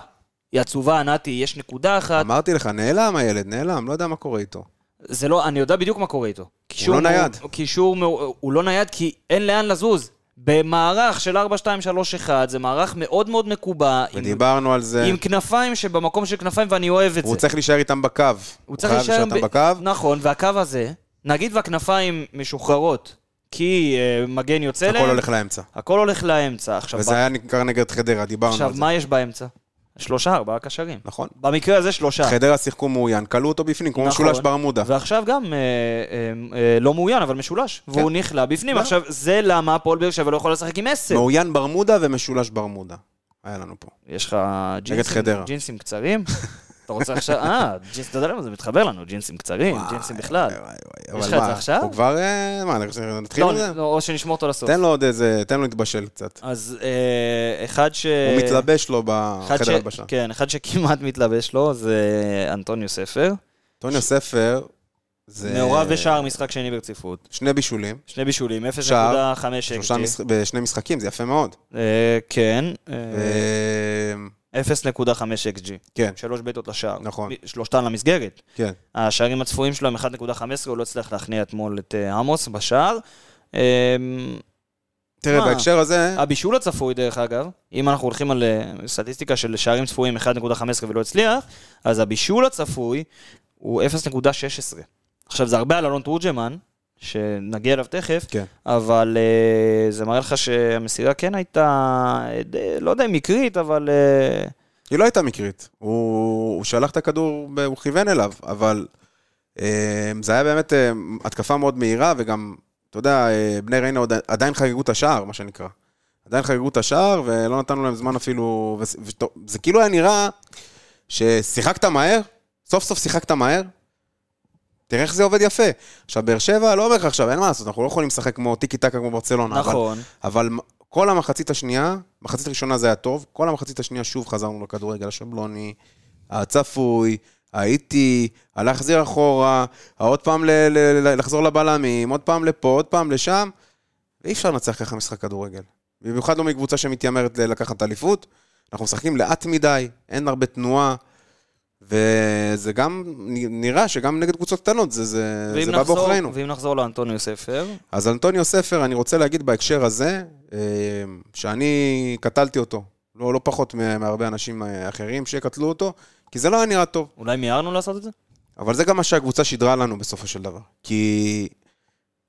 A: היא עצובה, נתי, יש נקודה אחת,
B: אמרתי לך, נעלם הילד, נעלם, לא יודע מה קורה איתו.
A: זה לא, אני יודע בדיוק מה קורה איתו. קישור
B: לא
A: מעו-
B: נייד.
A: קישור, מעו- הוא לא נייד כי אין לאן לזוז. במערך של 4-2-3-1, זה מערך מאוד מאוד מקובע, עם-
B: ודיברנו על זה.
A: עם כנפיים שבמקום של כנפיים, ואני אוהב את זה.
B: הוא צריך להישאר איתם בקו.
A: הוא צריך
B: חייב
A: להישאר...
B: איתם בקו.
A: נכון, והקו הזה, נגיד והכנפיים משוחררות, כי אה, מגן יוצא להם,
B: הכל הולך לאמצע.
A: הכל הולך לאמצע. עכשיו,
B: וזה
A: ב-
B: היה ניכר נגד חדרה, דיברנו
A: עכשיו
B: על זה.
A: מה יש באמצע? שלושה, ארבעה קשרים.
B: נכון.
A: במקרה הזה שלושה.
B: חדרה שיחקו מאוין, כלאו אותו בפנים, כמו
A: נכון.
B: משולש ברמודה.
A: ועכשיו גם אה, אה, אה, לא מאוין, אבל משולש. והוא נכלא בפנים.
B: לא.
A: עכשיו, זה למה הפועל באר שבע לא יכול לשחק עם עשר.
B: מאוין ברמודה ומשולש ברמודה. היה לנו פה.
A: יש לך
B: חדרה.
A: ג'ינסים, ג'ינסים קצרים? אתה רוצה עכשיו... אה, ג'ינס, אתה יודע למה זה מתחבר לנו, ג'ינסים קצרים, ג'ינסים בכלל.
B: וואי, וואי,
A: יש
B: אבל
A: לך את
B: מה,
A: זה עכשיו?
B: הוא כבר... אה, מה, אני- נתחיל
A: לא,
B: עם זה?
A: לא, או שנשמור אותו לסוף.
B: תן לו עוד איזה... תן לו להתבשל קצת.
A: אז אה, אחד ש...
B: הוא מתלבש לו
A: אחד
B: בחדר
A: ש-
B: הלבשה.
A: כן, אחד שכמעט מתלבש לו זה אנטוניו ספר.
B: טוניו ספר, זה...
A: מעורב בשער משחק שני ברציפות.
B: שני בישולים.
A: שני בישולים, 0.5
B: שער, שלושה
A: XG.
B: משח- בשני משחקים, זה יפה מאוד.
A: אה, כן, אה,
B: אה,
A: 0.5 XG.
B: כן,
A: שלוש בעיטות לשער.
B: נכון.
A: מ- שלושתן למסגרת.
B: כן.
A: השערים הצפויים שלו הם 1.15, הוא לא הצליח להכניע אתמול את אה, עמוס בשער. אה,
B: תראה,
A: מה? אה,
B: בהקשר הזה,
A: הבישול הצפוי, דרך אגב, אם אנחנו הולכים על אה, סטטיסטיקה של שערים צפויים 1.15 ולא הצליח, אז הבישול הצפוי הוא 0.16. עכשיו, זה הרבה על אלון תורג'מן, שנגיע אליו תכף,
B: כן.
A: אבל אה, זה מראה לך שהמסירה כן הייתה, אה, די- לא יודע אם מקרית, אבל... אה,
B: היא לא הייתה מקרית. הוא, הוא שלח את הכדור, ב- הוא כיוון אליו, אבל אה, זה היה באמת אה, התקפה מאוד מהירה, וגם, אתה יודע, אה, בני ריינה עוד- עדיין חגגו את השער, מה שנקרא. עדיין חגגו את השער, ולא נתנו להם זמן אפילו... וס- ושת- זה כאילו היה נראה ששיחקת מהר, סוף סוף שיחקת מהר, תראה איך זה עובד יפה. עכשיו, באר שבע, לא אומר לך עכשיו, אין מה לעשות, אנחנו לא יכולים לשחק כמו טיקי טקה כמו ברצלונה. אבל- אה,
A: נכון.
B: אבל מ- כל המחצית השנייה, מחצית ראשונה זה היה טוב, כל המחצית השנייה שוב חזרנו לכדורגל השבלוני, הצפוי, האיטי, הלהחזיר אחורה, עוד פעם ל- ל- ל- לחזור לבלמים, עוד פעם לפה, עוד פעם לשם. אי אפשר לנצח ככה משחק כדורגל. במיוחד לא מקבוצה שמתיימרת ל- לקחת אליפות. אנחנו משחקים לאט מדי, אין הרבה תנועה, וזה גם, נ- נראה שגם נגד קבוצות קטנות, זה, זה,
A: ואם
B: זה בא
A: נחזור-
B: בעוכרינו.
A: ואם נחזור לאנטוניו ספר,
B: אז אנטוניו ספר, אני רוצה להגיד בהקשר הזה, אה, שאני קטלתי אותו, לא, לא פחות מה- מהרבה אנשים אה, אחרים שקטלו אותו, כי זה לא היה נראה טוב.
A: אולי מיהרנו לעשות את זה?
B: אבל זה גם מה שהקבוצה שידרה לנו בסופו של דבר. כי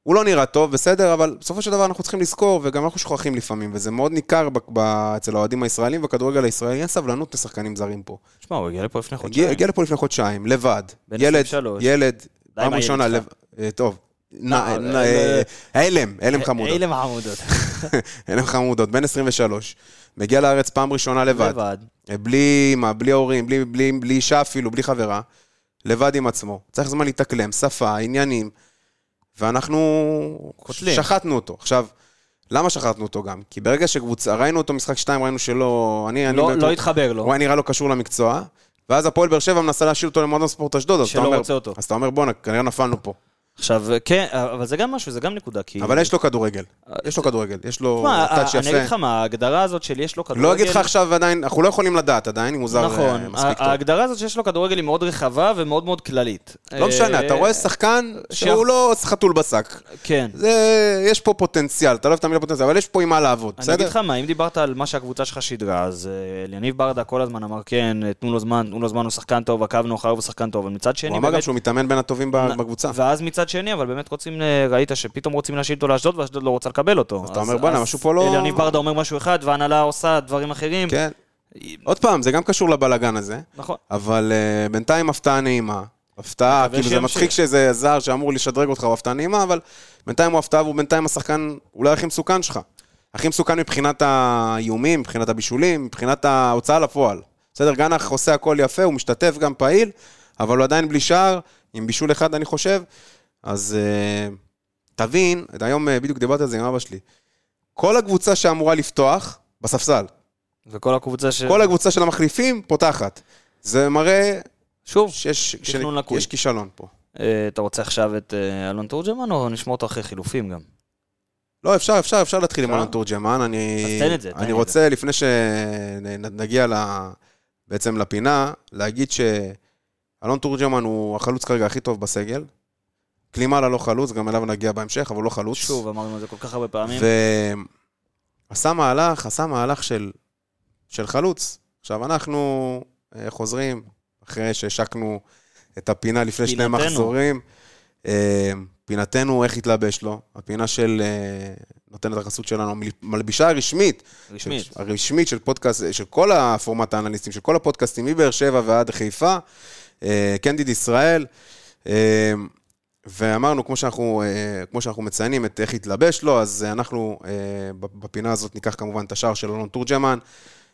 B: הוא לא נראה טוב, בסדר, אבל בסופו של דבר אנחנו צריכים לזכור, וגם אנחנו שוכחים לפעמים, וזה מאוד ניכר ב- ב- אצל האוהדים הישראלים ובכדורגל הישראלי, אין סבלנות לשחקנים זרים פה.
A: תשמע, הוא הגיע לפה לפני חודשיים.
B: הגיע, הגיע לפה לפני חודשיים, לבד.
A: בן
B: ילד,
A: 23.
B: ילד, פעם
A: מה
B: ראשונה,
A: ילד
B: לב... אה, טוב. נע-
A: לא,
B: נע-
A: אה,
B: אה, הלם, הלם
A: אה,
B: חמודות.
A: אלה מחמודות.
B: הלם חמודות, בן 23. מגיע לארץ פעם ראשונה לבד. אה,
A: לבד.
B: בלי אמא, בלי הורים, בלי, בלי, בלי אישה אפילו, בלי חברה. לבד עם עצמו. צריך זמן להתאקלם, שפה, עניינים. ואנחנו...
A: כושלים.
B: שחטנו אותו. עכשיו, למה שחטנו אותו גם? כי ברגע שקבוצה, ראינו אותו משחק 2, ראינו שלא... אני... אני
A: לא-
B: באמת-
A: לא התחבר לו.
B: הוא היה נראה לו קשור למקצוע. ואז הפועל באר שבע מנסה להשאיר אותו למועדון ספורט אשדוד. אז אתה
A: שלא
B: אומר-
A: רוצה אותו.
B: אז אתה אומר, בואנה, כנראה נפלנו פה.
A: עכשיו, כן, אבל זה גם משהו, זה גם נקודה, כי...
B: אבל יש לו כדורגל. יש לו כדורגל. יש לו
A: תשמע,
B: טאץ'
A: אה, אני אגיד לך
B: יפה.
A: מה, ההגדרה הזאת של יש לו כדורגל...
B: לא אגיד לך עכשיו עדיין, אנחנו לא יכולים לדעת עדיין אם הוא זר
A: נכון,
B: אה, מספיק טוב.
A: ההגדרה הזאת שיש לו כדורגל היא מאוד רחבה ומאוד מאוד כללית.
B: לא משנה,
A: אה,
B: אתה רואה שחקן שהוא
A: שיח-
B: לא חתול בשק.
A: כן.
B: זה- יש פה פוטנציאל, אתה לא אוהב את המילה פוטנציאל, אבל יש פה עם מה לעבוד,
A: אני אגיד
B: בסדר?
A: לך מה, אם דיברת על מה שהקבוצה שלך שידרה, אז אה, אליניב ברדה כל הזמן אמר, כן, אה, תנו לו זמן, תנו לו זמן, הוא שחקן טוב, עקבנו אחריו, הוא שחקן טוב, אבל מצד שני...
B: הוא אמר גם
A: באמת-
B: שהוא מתאמן בין הטובים ב-
A: נ-
B: בקבוצה.
A: ואז מצד שני, אבל באמת רוצים, אה, ראית שפתאום רוצים להשאיל אותו לאשדוד, ואשדוד לא רוצה לקבל אותו.
B: אתה אומר, "בואנה, משהו פה לא-"
A: אליניב ברדה אומר משהו אחד, וההנהלה עושה דברים אחרים.
B: כן. עוד פעם, זה גם קשור לבלגן הזה,
A: נכון.
B: אבל אה, בינתיים הפתעה נעימה. הפתעה,
A: מקווה
B: כאילו זה
A: שימשיך.
B: מצחיק שזה זר שאמור לשדרג אותך, הוא הפתעה נעימה, אבל בינתיים הוא הפתעה והוא בינתיים השחקן אולי הכי מסוכן שלך. הכי מסוכן מבחינת האיומים, מבחינת הבישולים, מבחינת ההוצאה לפועל. בסדר, גנח עושה הכל יפה, הוא משתתף גם פעיל, אבל הוא עדיין בלי שער, עם בישול אחד אני חושב. אז אה, תבין, היום אה, בדיוק דיברתי על זה עם אבא שלי. כל הקבוצה שאמורה לפתוח, בספסל.
A: וכל הקבוצה ש...
B: כל הקבוצה של המחליפים פותחת. זה מראה
A: שוב,
B: שיש ש-
A: תכנון לקוי.
B: יש כישלון פה.
A: אה, אתה רוצה עכשיו את אה, אלון תורג'מן, או נשמור אותו אחרי חילופים גם?
B: לא, אפשר, אפשר, אפשר להתחיל עם
A: אפשר?
B: אלון תורג'מן. אני,
A: אז תן את זה, תן את
B: אני
A: זה.
B: רוצה, לפני שנגיע ל... בעצם לפינה, להגיד שאלון תורג'מן הוא החלוץ כרגע הכי טוב בסגל. קלימאלה לא חלוץ, גם אליו נגיע בהמשך, אבל הוא לא חלוץ.
A: שוב, אמרנו את זה כל כך הרבה פעמים.
B: ועשה מהלך, עשה מהלך של, של חלוץ. עכשיו, אנחנו אה, חוזרים אחרי שהשקנו את הפינה לפני שני
A: פינתנו.
B: מחזורים. אה, פינתנו, איך התלבש לו? הפינה של... אה, נותנת החסות שלנו, מל- מלבישה הרשמית.
A: רשמית.
B: של, הרשמית של פודקאסט, של כל הפורמט האנליסטים, של כל הפודקאסטים, מבאר שבע ועד חיפה, אה, קנדיד ישראל. אה, ואמרנו, כמו שאנחנו, אה, כמו שאנחנו מציינים את איך התלבש לו, אז אה, אנחנו אה, בפינה הזאת ניקח כמובן את השער של אלון תורג'מן.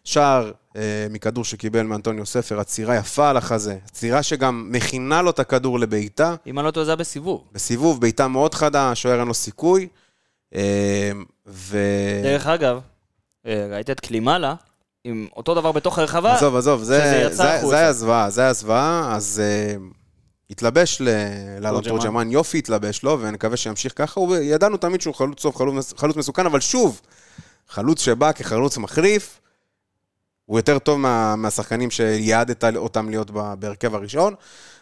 B: שער אה, מכדור שקיבל מאנטוניו ספר, עצירה יפה על החזה, עצירה שגם מכינה לו את הכדור לבעיטה.
A: אם אני לא טועה, זה היה בסיבוב.
B: בסיבוב, בעיטה מאוד חדה, השוער אין לו סיכוי. אה, ו...
A: דרך אגב, אה, ראית את קלימאלה, עם אותו דבר בתוך הרחבה,
B: עזוב, עזוב,
A: שזה
B: זה,
A: יצא
B: זה,
A: החוצה.
B: זה היה זוועה, זה היה זוועה, אז uh, התלבש ל- לאלון
A: תורג'מן.
B: תורג'מן, יופי התלבש לו, ונקווה שימשיך ככה. הוא- ידענו תמיד שהוא חלוץ טוב, חלוץ, מס- חלוץ מסוכן, אבל שוב, חלוץ שבא כחלוץ מחליף, הוא יותר טוב מה, מהשחקנים שיעדת אותם להיות ב- בהרכב הראשון.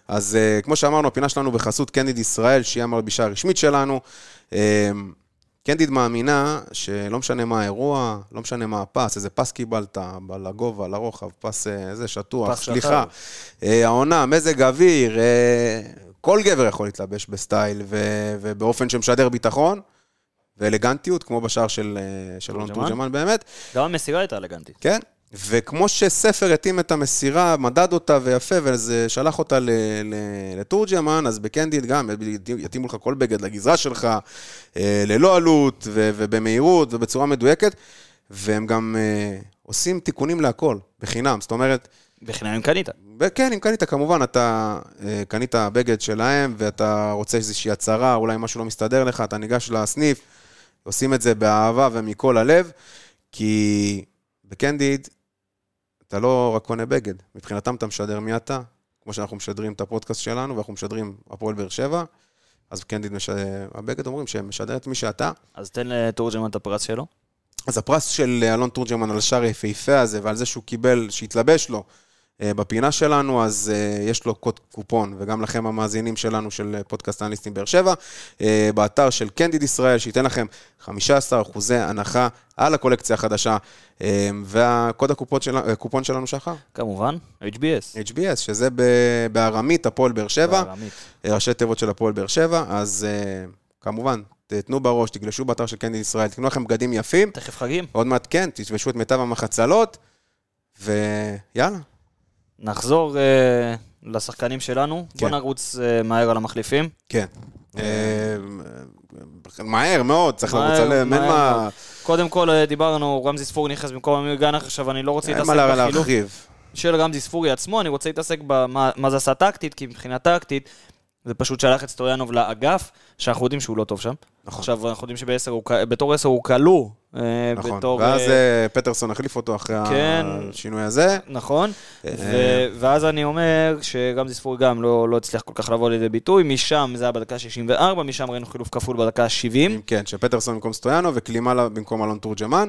B: אז uh, כמו שאמרנו, הפינה שלנו בחסות קנדיד ישראל, שהיא המלבישה הרשמית שלנו. Uh, קנדיד מאמינה שלא משנה מה האירוע, לא משנה מה הפס, איזה פס קיבלת, ב- לגובה, לרוחב, פס אה, זה, שטוח,
A: פס
B: סליחה. אה, העונה, מזג אוויר, אה, כל גבר יכול להתלבש בסטייל ו- ובאופן שמשדר ביטחון ואלגנטיות, כמו בשער של אה, של אלון
A: תורג'מן?
B: תורג'מן באמת.
A: גם המסירה הייתה אלגנטית.
B: כן, וכמו שספר התאים את המסירה, מדד אותה ויפה, וזה שלח אותה ל- ל- לתורג'מן, אז בקנדיד גם יתאימו לך כל בגד לגזרה שלך, אה, ללא עלות ו- ובמהירות ובצורה מדויקת, והם גם אה, עושים תיקונים להכל, בחינם. זאת אומרת,
A: בחינם אם קנית.
B: וכן, אם קנית, כמובן, אתה אה, קנית בגד שלהם, ואתה רוצה איזושהי הצהרה, אולי משהו לא מסתדר לך, אתה ניגש לסניף, עושים את זה באהבה ומכל הלב, כי בקנדיד אתה לא רק קונה בגד, מבחינתם אתה משדר מי אתה, כמו שאנחנו משדרים את הפודקאסט שלנו, ואנחנו משדרים הפועל באר שבע, אז בקנדיד, מש... הבגד אומרים שהם משדרת מי שאתה.
A: אז תן לתורג'מן את הפרס שלו.
B: אז הפרס של אה, אלון תורג'רמן על השער היפהפה הזה, ועל זה שהוא קיבל, שהתלבש לו אה, בפינה שלנו, אז אה, יש לו קוד קופון, וגם לכם המאזינים שלנו של אה, פודקאסט אנליסטים באר שבע, אה, באתר של קנדיד ישראל, שייתן לכם 15% הנחה על הקולקציה החדשה, אה, והקוד הקופון, של, הקופון שלנו שחר,
A: כמובן, HBS.
B: HBS, שזה ב- בארמית הפועל באר שבע. אה,
A: בארמית.
B: ראשי תיבות של הפועל באר שבע, אז אה, כמובן, תתנו בראש, תגלשו באתר של קנדיד ישראל, תקנו לכם בגדים יפים.
A: תכף חגים.
B: עוד מעט כן, תתבשו את מיטב המחצלות, ויאללה.
A: נחזור אה, לשחקנים שלנו. בוא
B: כן.
A: נרוץ אה, מהר על המחליפים.
B: כן.
A: אה.
B: אה, מהר מאוד, צריך
A: מהר,
B: לרוץ עליהם, אין
A: מהר
B: מה
A: מאוד. קודם כל אה, דיברנו, רמזי ספורי נכנס במקום אמיר גנח, עכשיו אני לא רוצה
B: אין
A: להתעסק
B: מה לה-
A: בחילוף
B: להרחיב.
A: של רמזי ספורי עצמו, אני רוצה להתעסק במה מה זה עשה טקטית, כי מבחינה טקטית זה פשוט שלח את סטויאנוב לאגף, שאנחנו יודעים שהוא לא טוב שם.
B: נכון.
A: עכשיו אנחנו יודעים שבתור עשר הוא כלוא. אה,
B: נכון.
A: בתור,
B: ואז
A: אה,
B: אה, פטרסון החליף אותו אחרי
A: כן.
B: השינוי הזה.
A: נכון,
B: אה.
A: ו- ואז אני אומר שרמזי ספורי גם לא לא הצליח כל כך לבוא לידי ביטוי, משם זה היה בדקה 64, משם ראינו חילוף כפול בדקה 70,
B: כן, שפטרסון במקום סטויאנו וקלימה במקום אלון תורג'מן.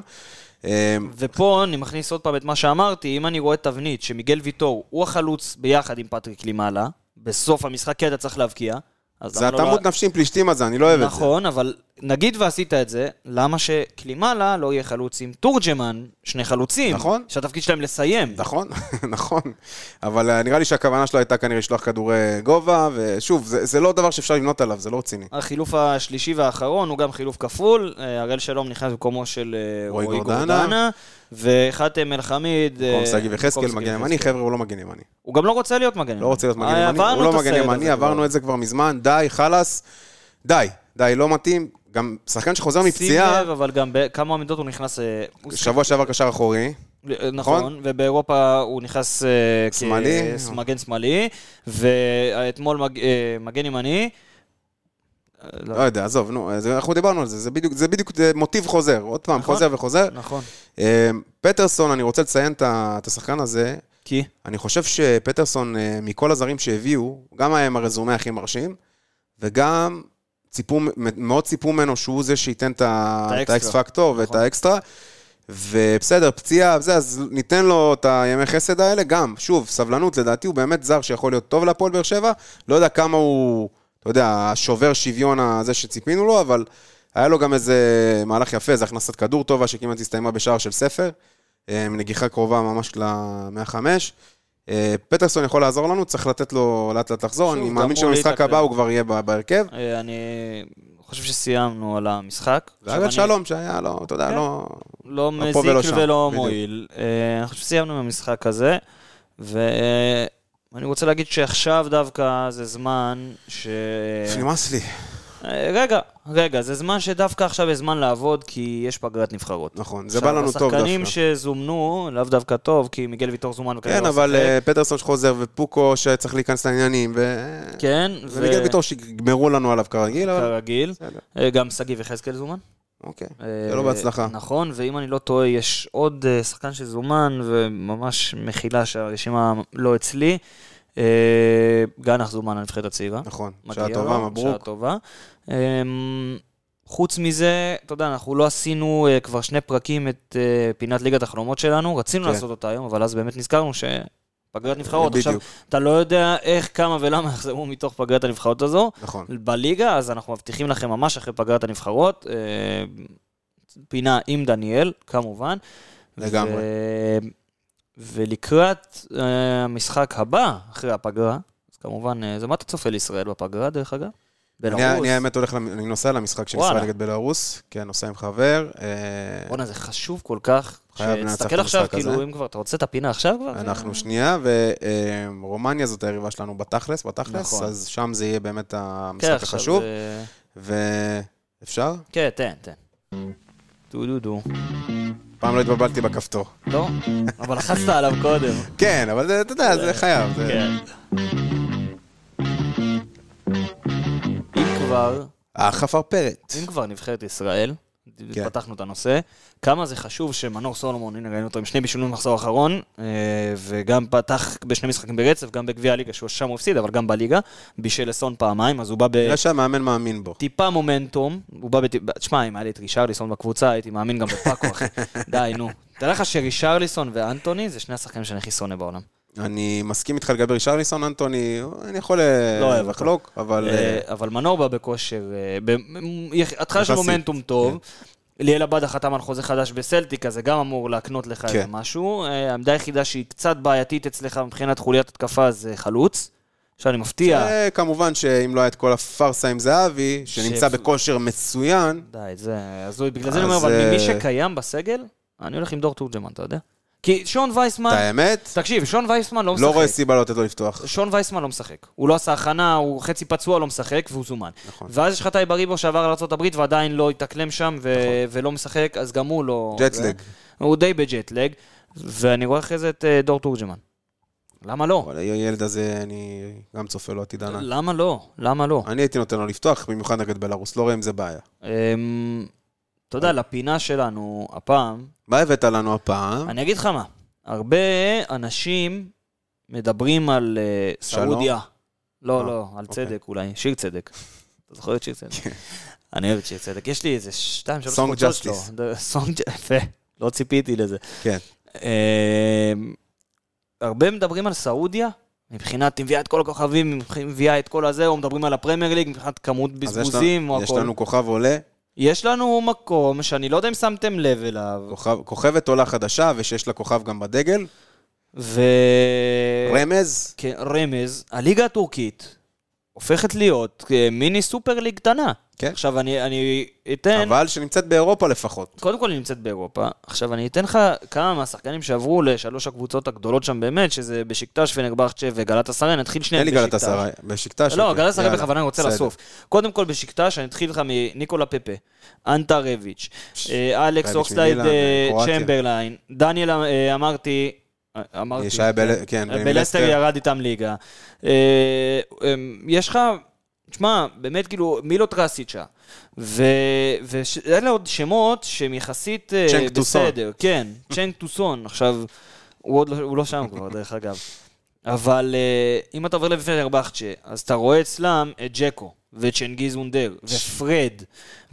B: אה,
A: ופה אני מכניס עוד פעם את מה שאמרתי, אם אני רואה תבנית שמיגל ויטור הוא החלוץ ביחד עם פטריק לימאלה, בסוף המשחק כי אתה צריך להבקיע, אז
B: זה
A: למה לא-
B: התאמות נפשי עם פלישתים הזה, אני לא אוהב את זה.
A: נכון, אבל נגיד ועשית את זה, למה שקלימאלה לא יהיה חלוץ עם תורג'מן, שני חלוצים,
B: נכון.
A: שהתפקיד שלהם לסיים.
B: נכון, נכון. אבל אה, נראה לי שהכוונה שלו הייתה כנראה לשלוח כדורי גובה, ושוב, זה זה לא דבר שאפשר לבנות עליו, זה לא רציני.
A: החילוף השלישי והאחרון הוא גם חילוף כפול, אה, הראל שלום נכנס במקומו של אה,
B: רועי
A: רועי
B: גורדנה.
A: גורדנה, וחתם אל-חמיד... אה,
B: במקום שגיא
A: במקום
B: וחזקאל,
A: שגיא
B: מגן
A: וחזקאל.
B: ימני, חבר'ה, הוא לא מגן ימני.
A: הוא גם לא רוצה להיות מגן ימני.
B: לא רוצה להיות מגן
A: אה,
B: ימני, הוא
A: עברנו את
B: לא מגן
A: הסרט
B: ימני,
A: הזה כבר.
B: עברנו את זה כבר מזמן, די, חלאס, די, די, לא מתאים. גם שחקן שחוזר מפציעה,
A: שים לב, אבל גם בכמה עמידות הוא נכנס... אה, הוא
B: שבוע שעבר קשר אחורי,
A: נכון, נכון, ובאירופה הוא נכנס אה, כ-
B: שמאלי.
A: מגן שמאלי, ואתמול מג- אה, מגן ימני. אה, לא,
B: לא יודע, עזוב, נו, אז אנחנו דיברנו על זה, זה בדיוק, זה בדיוק זה מוטיב חוזר, עוד פעם,
A: נכון.
B: חוזר וחוזר.
A: נכון.
B: אה, פטרסון, אני רוצה לציין את ה- את השחקן הזה,
A: כי?
B: אני חושב שפטרסון, אה, מכל הזרים שהביאו, גם היה עם הרזומה הכי מרשים, וגם ציפו, מאוד ציפו ממנו שהוא זה שייתן את ה-
A: את
B: את
A: האקסטרה.
B: האקס פקטור ואת
A: נכון.
B: האקסטרה. ובסדר, פציעה וזה, אז ניתן לו את הימי חסד האלה גם. שוב, סבלנות, לדעתי הוא באמת זר שיכול להיות טוב להפועל באר שבע. לא יודע כמה הוא, אתה יודע, השובר שוויון הזה שציפינו לו, אבל היה לו גם איזה מהלך יפה, זו הכנסת כדור טובה שכמעט הסתיימה בשער של ספר. אה, נגיחה קרובה ממש ל-105. פטרסון יכול לעזור לנו, צריך לתת לו לאט לאט לחזור.
A: שוב,
B: אני
A: גם
B: מאמין
A: הוא
B: שבמשחק
A: להתאקלם.
B: הבא הוא כבר יהיה ב- בהרכב.
A: אה, אני חושב שסיימנו על המשחק.
B: זה
A: עכשיו
B: היה
A: אני
B: שלום שהיה לו, אתה יודע,
A: כן.
B: לא...
A: לא
B: פה
A: מזיק
B: ולא שם,
A: ולא
B: בדיוק.
A: מועיל. אה, אני חושב שסיימנו עם המשחק הזה, ואני רוצה להגיד שעכשיו דווקא זה זמן ש... כן.
B: נמאס לי.
A: אה, רגע, רגע, זה זמן שדווקא עכשיו יש זמן לעבוד, כי יש פגרת נבחרות.
B: נכון, זה בא לנו טוב
A: עכשיו, השחקנים
B: דווקא.
A: שזומנו, לאו דווקא טוב, כי מיגל ויטור זומן וכנראה
B: כן,
A: לא
B: אבל
A: שיחק.
B: אה, פטרסון שחוזר ופוקו שצריך להיכנס לעניינים, ו...
A: כן,
B: וליגל ביטור שיגמרו לנו עליו כרגיל, אבל...
A: כרגיל.
B: בסדר,
A: אה, גם שגיא יחזקאל זומן.
B: אוקיי.
A: אה,
B: שלא בהצלחה.
A: נכון, ואם אני לא טועה, יש עוד אה, שחקן שזומן, וממש מחילה שהרשימה לא אצלי. אה, גנח זומן, הנבחרת הצעירה.
B: נכון.
A: מגיע
B: שעה טובה,
A: לו, שעה
B: מברוק.
A: טובה. אמ, חוץ מזה, אתה יודע, אנחנו לא עשינו אה, כבר שני פרקים את אה, פינת ליגת החלומות שלנו, רצינו
B: כן.
A: לעשות אותה היום, אבל אז באמת נזכרנו שפגרת נבחרות. עכשיו,
B: בדיוק,
A: אתה לא יודע איך, כמה ולמה יחזרו מתוך פגרת הנבחרות הזו
B: נכון.
A: בליגה, אז אנחנו מבטיחים לכם ממש אחרי פגרת הנבחרות, אה, פינה עם דניאל, כמובן.
B: לגמרי.
A: ו- ולקראת אה, המשחק הבא, אחרי הפגרה, אז כמובן, אה, זה מה אתה צופה לישראל בפגרה, דרך אגב? בלרוס.
B: אני אני האמת הולך, למ- אני נוסע למשחק של
A: וואלה.
B: ישראל נגד בלארוס, כן, נוסע עם חבר. אה,
A: בואנה, זה חשוב כל כך.
B: חייב לנצח את
A: שתסתכל עכשיו,
B: המשחק הזה.
A: כאילו, אם כבר, אתה רוצה את הפינה עכשיו כבר?
B: אנחנו שנייה, ורומניה זאת היריבה שלנו בתכלס, בתכלס,
A: נכון.
B: אז שם זה יהיה באמת
A: כן,
B: המשחק
A: עכשיו,
B: החשוב.
A: אה,
B: ואפשר?
A: כן, תן, תן.
B: Mm.
A: דו דו דו.
B: פעם לא התבלבלתי בכפתור.
A: לא? אבל לחצת עליו קודם.
B: כן, אבל זה- אתה יודע, זה חייב. זה-
A: כן. אם כבר,
B: אה, החפרפרת.
A: אם כבר נבחרת ישראל,
B: כן.
A: פתחנו את הנושא, כמה זה חשוב שמנור סולומון, הנה ראינו אותו עם שני בישולים במחזור האחרון, אה, וגם פתח בשני משחקים ברצף, גם בגביע הליגה, שהוא שם הוא הפסיד, אבל גם בליגה, בישל לסון פעמיים, אז הוא בא ב...
B: נראה שהמאמן מאמין בו.
A: טיפה מומנטום, הוא בא בטיפה, תשמע, אם היה לי את רישרליסון בקבוצה, הייתי מאמין גם בפאקו, אחי. די, נו. תדע לך שרישרליסון ואנטוני זה שני השחקנים שאני הכי שונא בעולם.
B: אני מסכים איתך לגבי רישרליסון, אנטוני, אני יכול אה,
A: לא אוהב אותו.
B: לחלוק, אבל... אה,
A: אה, אבל מנור בא בכושר, אה, ב- מ- יח- התחלה של
B: יחסית, כן.
A: מומנטום טוב. ליאל עבדה חתם על חוזה חדש בסלטיק, אז זה גם אמור להקנות לך איזה
B: כן.
A: משהו. אה, העמדה היחידה שהיא קצת בעייתית אצלך מבחינת חוליית התקפה זה חלוץ. שאני מפתיע.
B: זה כמובן שאם לא היה את כל הפארסה עם זהבי, שנמצא
A: שפ-
B: בכושר מצוין,
A: די, זה הזוי. בגלל זה אני
B: אז,
A: אומר, אבל ממי
B: אה,
A: שקיים בסגל, אני הולך עם דור תורג'מן, אתה יודע? כי שון
B: את
A: וייסמן,
B: האמת,
A: תקשיב, שון וייסמן לא משחק.
B: לא רואה סיבה לא לתת לו לפתוח.
A: שון וייסמן לא משחק. הוא לא עשה הכנה, הוא חצי פצוע, לא משחק, והוא זומן.
B: נכון.
A: ואז יש לך טייב אריבו שעבר לארה"ב ועדיין לא התאקלם שם ו-
B: נכון.
A: ולא משחק, אז גם הוא לא...
B: ג'טלג.
A: הוא די בג'טלג, ואני רואה אחרי זה את אה, דור תורג'מן. למה לא?
B: אבל הילד הזה, אני גם צופה לו עתיד ענן.
A: למה לא? למה לא?
B: אני הייתי נותן לו לפתוח, במיוחד נגד בלארוס, לא רואה עם זה בעיה.
A: אמ, אתה יודע, לפינה שלנו הפעם,
B: מה הבאת לנו הפעם?
A: אני אגיד לך מה, הרבה אנשים מדברים על אה,
B: שלום?
A: סעודיה.
B: אה,
A: לא, לא, על
B: אוקיי. כן.
A: צדק אולי, שיר צדק. אתה זוכר את שיר צדק? אני אוהב את שיר צדק. יש לי איזה שתיים, שלוש
B: Song
A: קבוצות שלו.
B: Justice.
A: סונג יפה, לא ציפיתי לזה.
B: כן.
A: אה, הרבה מדברים על סעודיה, מבחינת היא מביאה את כל הכוכבים, היא מביאה את כל הזה, או מדברים על הפרמייר ליג, מבחינת כמות
B: אז יש לנו-
A: בזבוזים, או
B: יש
A: הכל.
B: לנו כוכב עולה,
A: יש לנו מקום שאני לא יודע אם שמתם לב אליו,
B: כוכב- כוכבת עולה חדשה, ושיש לה כוכב גם בדגל.
A: ו... אה,
B: רמז,
A: כרמז, כן, הליגה הטורקית הופכת להיות אה, מיני סופר ליג קטנה.
B: כן.
A: עכשיו אני, אני אתן, אבל...
B: אבל שנמצאת באירופה לפחות.
A: קודם כל היא נמצאת באירופה, עכשיו אני אתן לך כמה מהשחקנים שעברו לשלוש הקבוצות הגדולות שם באמת, שזה בשקטש, פנרבחצ'ה וגלת אסרי, נתחיל שניהם
B: תן לי
A: בשקטש.
B: גלת אסריי, בשקטש.
A: כן, לא,
B: אוקיי.
A: גלת אסרי
B: יאללה,
A: בכוונה אני רוצה
B: בסדר.
A: לסוף. קודם כל בשקטש, אני אתחיל לך מניקולה פפה, אנטה רביץ', אה, אלכס
B: רביץ'
A: אוקסלייד
B: ממילן,
A: אה,
B: קרואטיה.
A: צ'מברליין, דניאל אה, אמרתי, אה, אמרתי,
B: ישי בל- כן,
A: אה,
B: בן
A: בלסטר
B: לסטר.
A: ירד איתם ליגה. אה, אמ, יש לך, תשמע, באמת כאילו מילו טרסיצ'ה, ואלה עוד שמות שהם יחסית אה,
B: צ'נק טוסון.
A: בסדר, כן, צ'נק טוסון, עכשיו, הוא עוד לא- הוא לא שם כבר, דרך אגב. אבל אה, אם אתה עובר לפנרבחצ'ה, אז אתה רואה אצלם את ג'קו, וצ'נגיז אונדר, ופרד,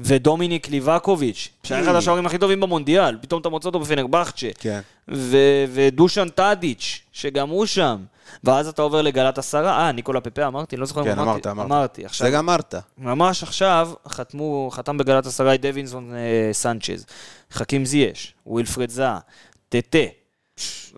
A: ודומיניק ליבקוביץ', שהיה אחד השוערים הכי טובים במונדיאל, פתאום אתה מוצא אותו בפנרבחצ'ה.
B: Mm. כן.
A: ו- ודושן טאדיץ', שגם הוא שם. ואז אתה עובר לגלת עשרה, אה, ניקולה פפה אמרתי, לא זוכר אם
B: כן, אמרת,
A: אמרתי.
B: אמרת.
A: אמרתי,
B: זה
A: עכשיו,
B: גם אמרת.
A: ממש עכשיו, חתמו, חתם בגלת עשרה את דווינזון אה, סנצ'ז, חכים זייש, ווילפרד זאה, טטה.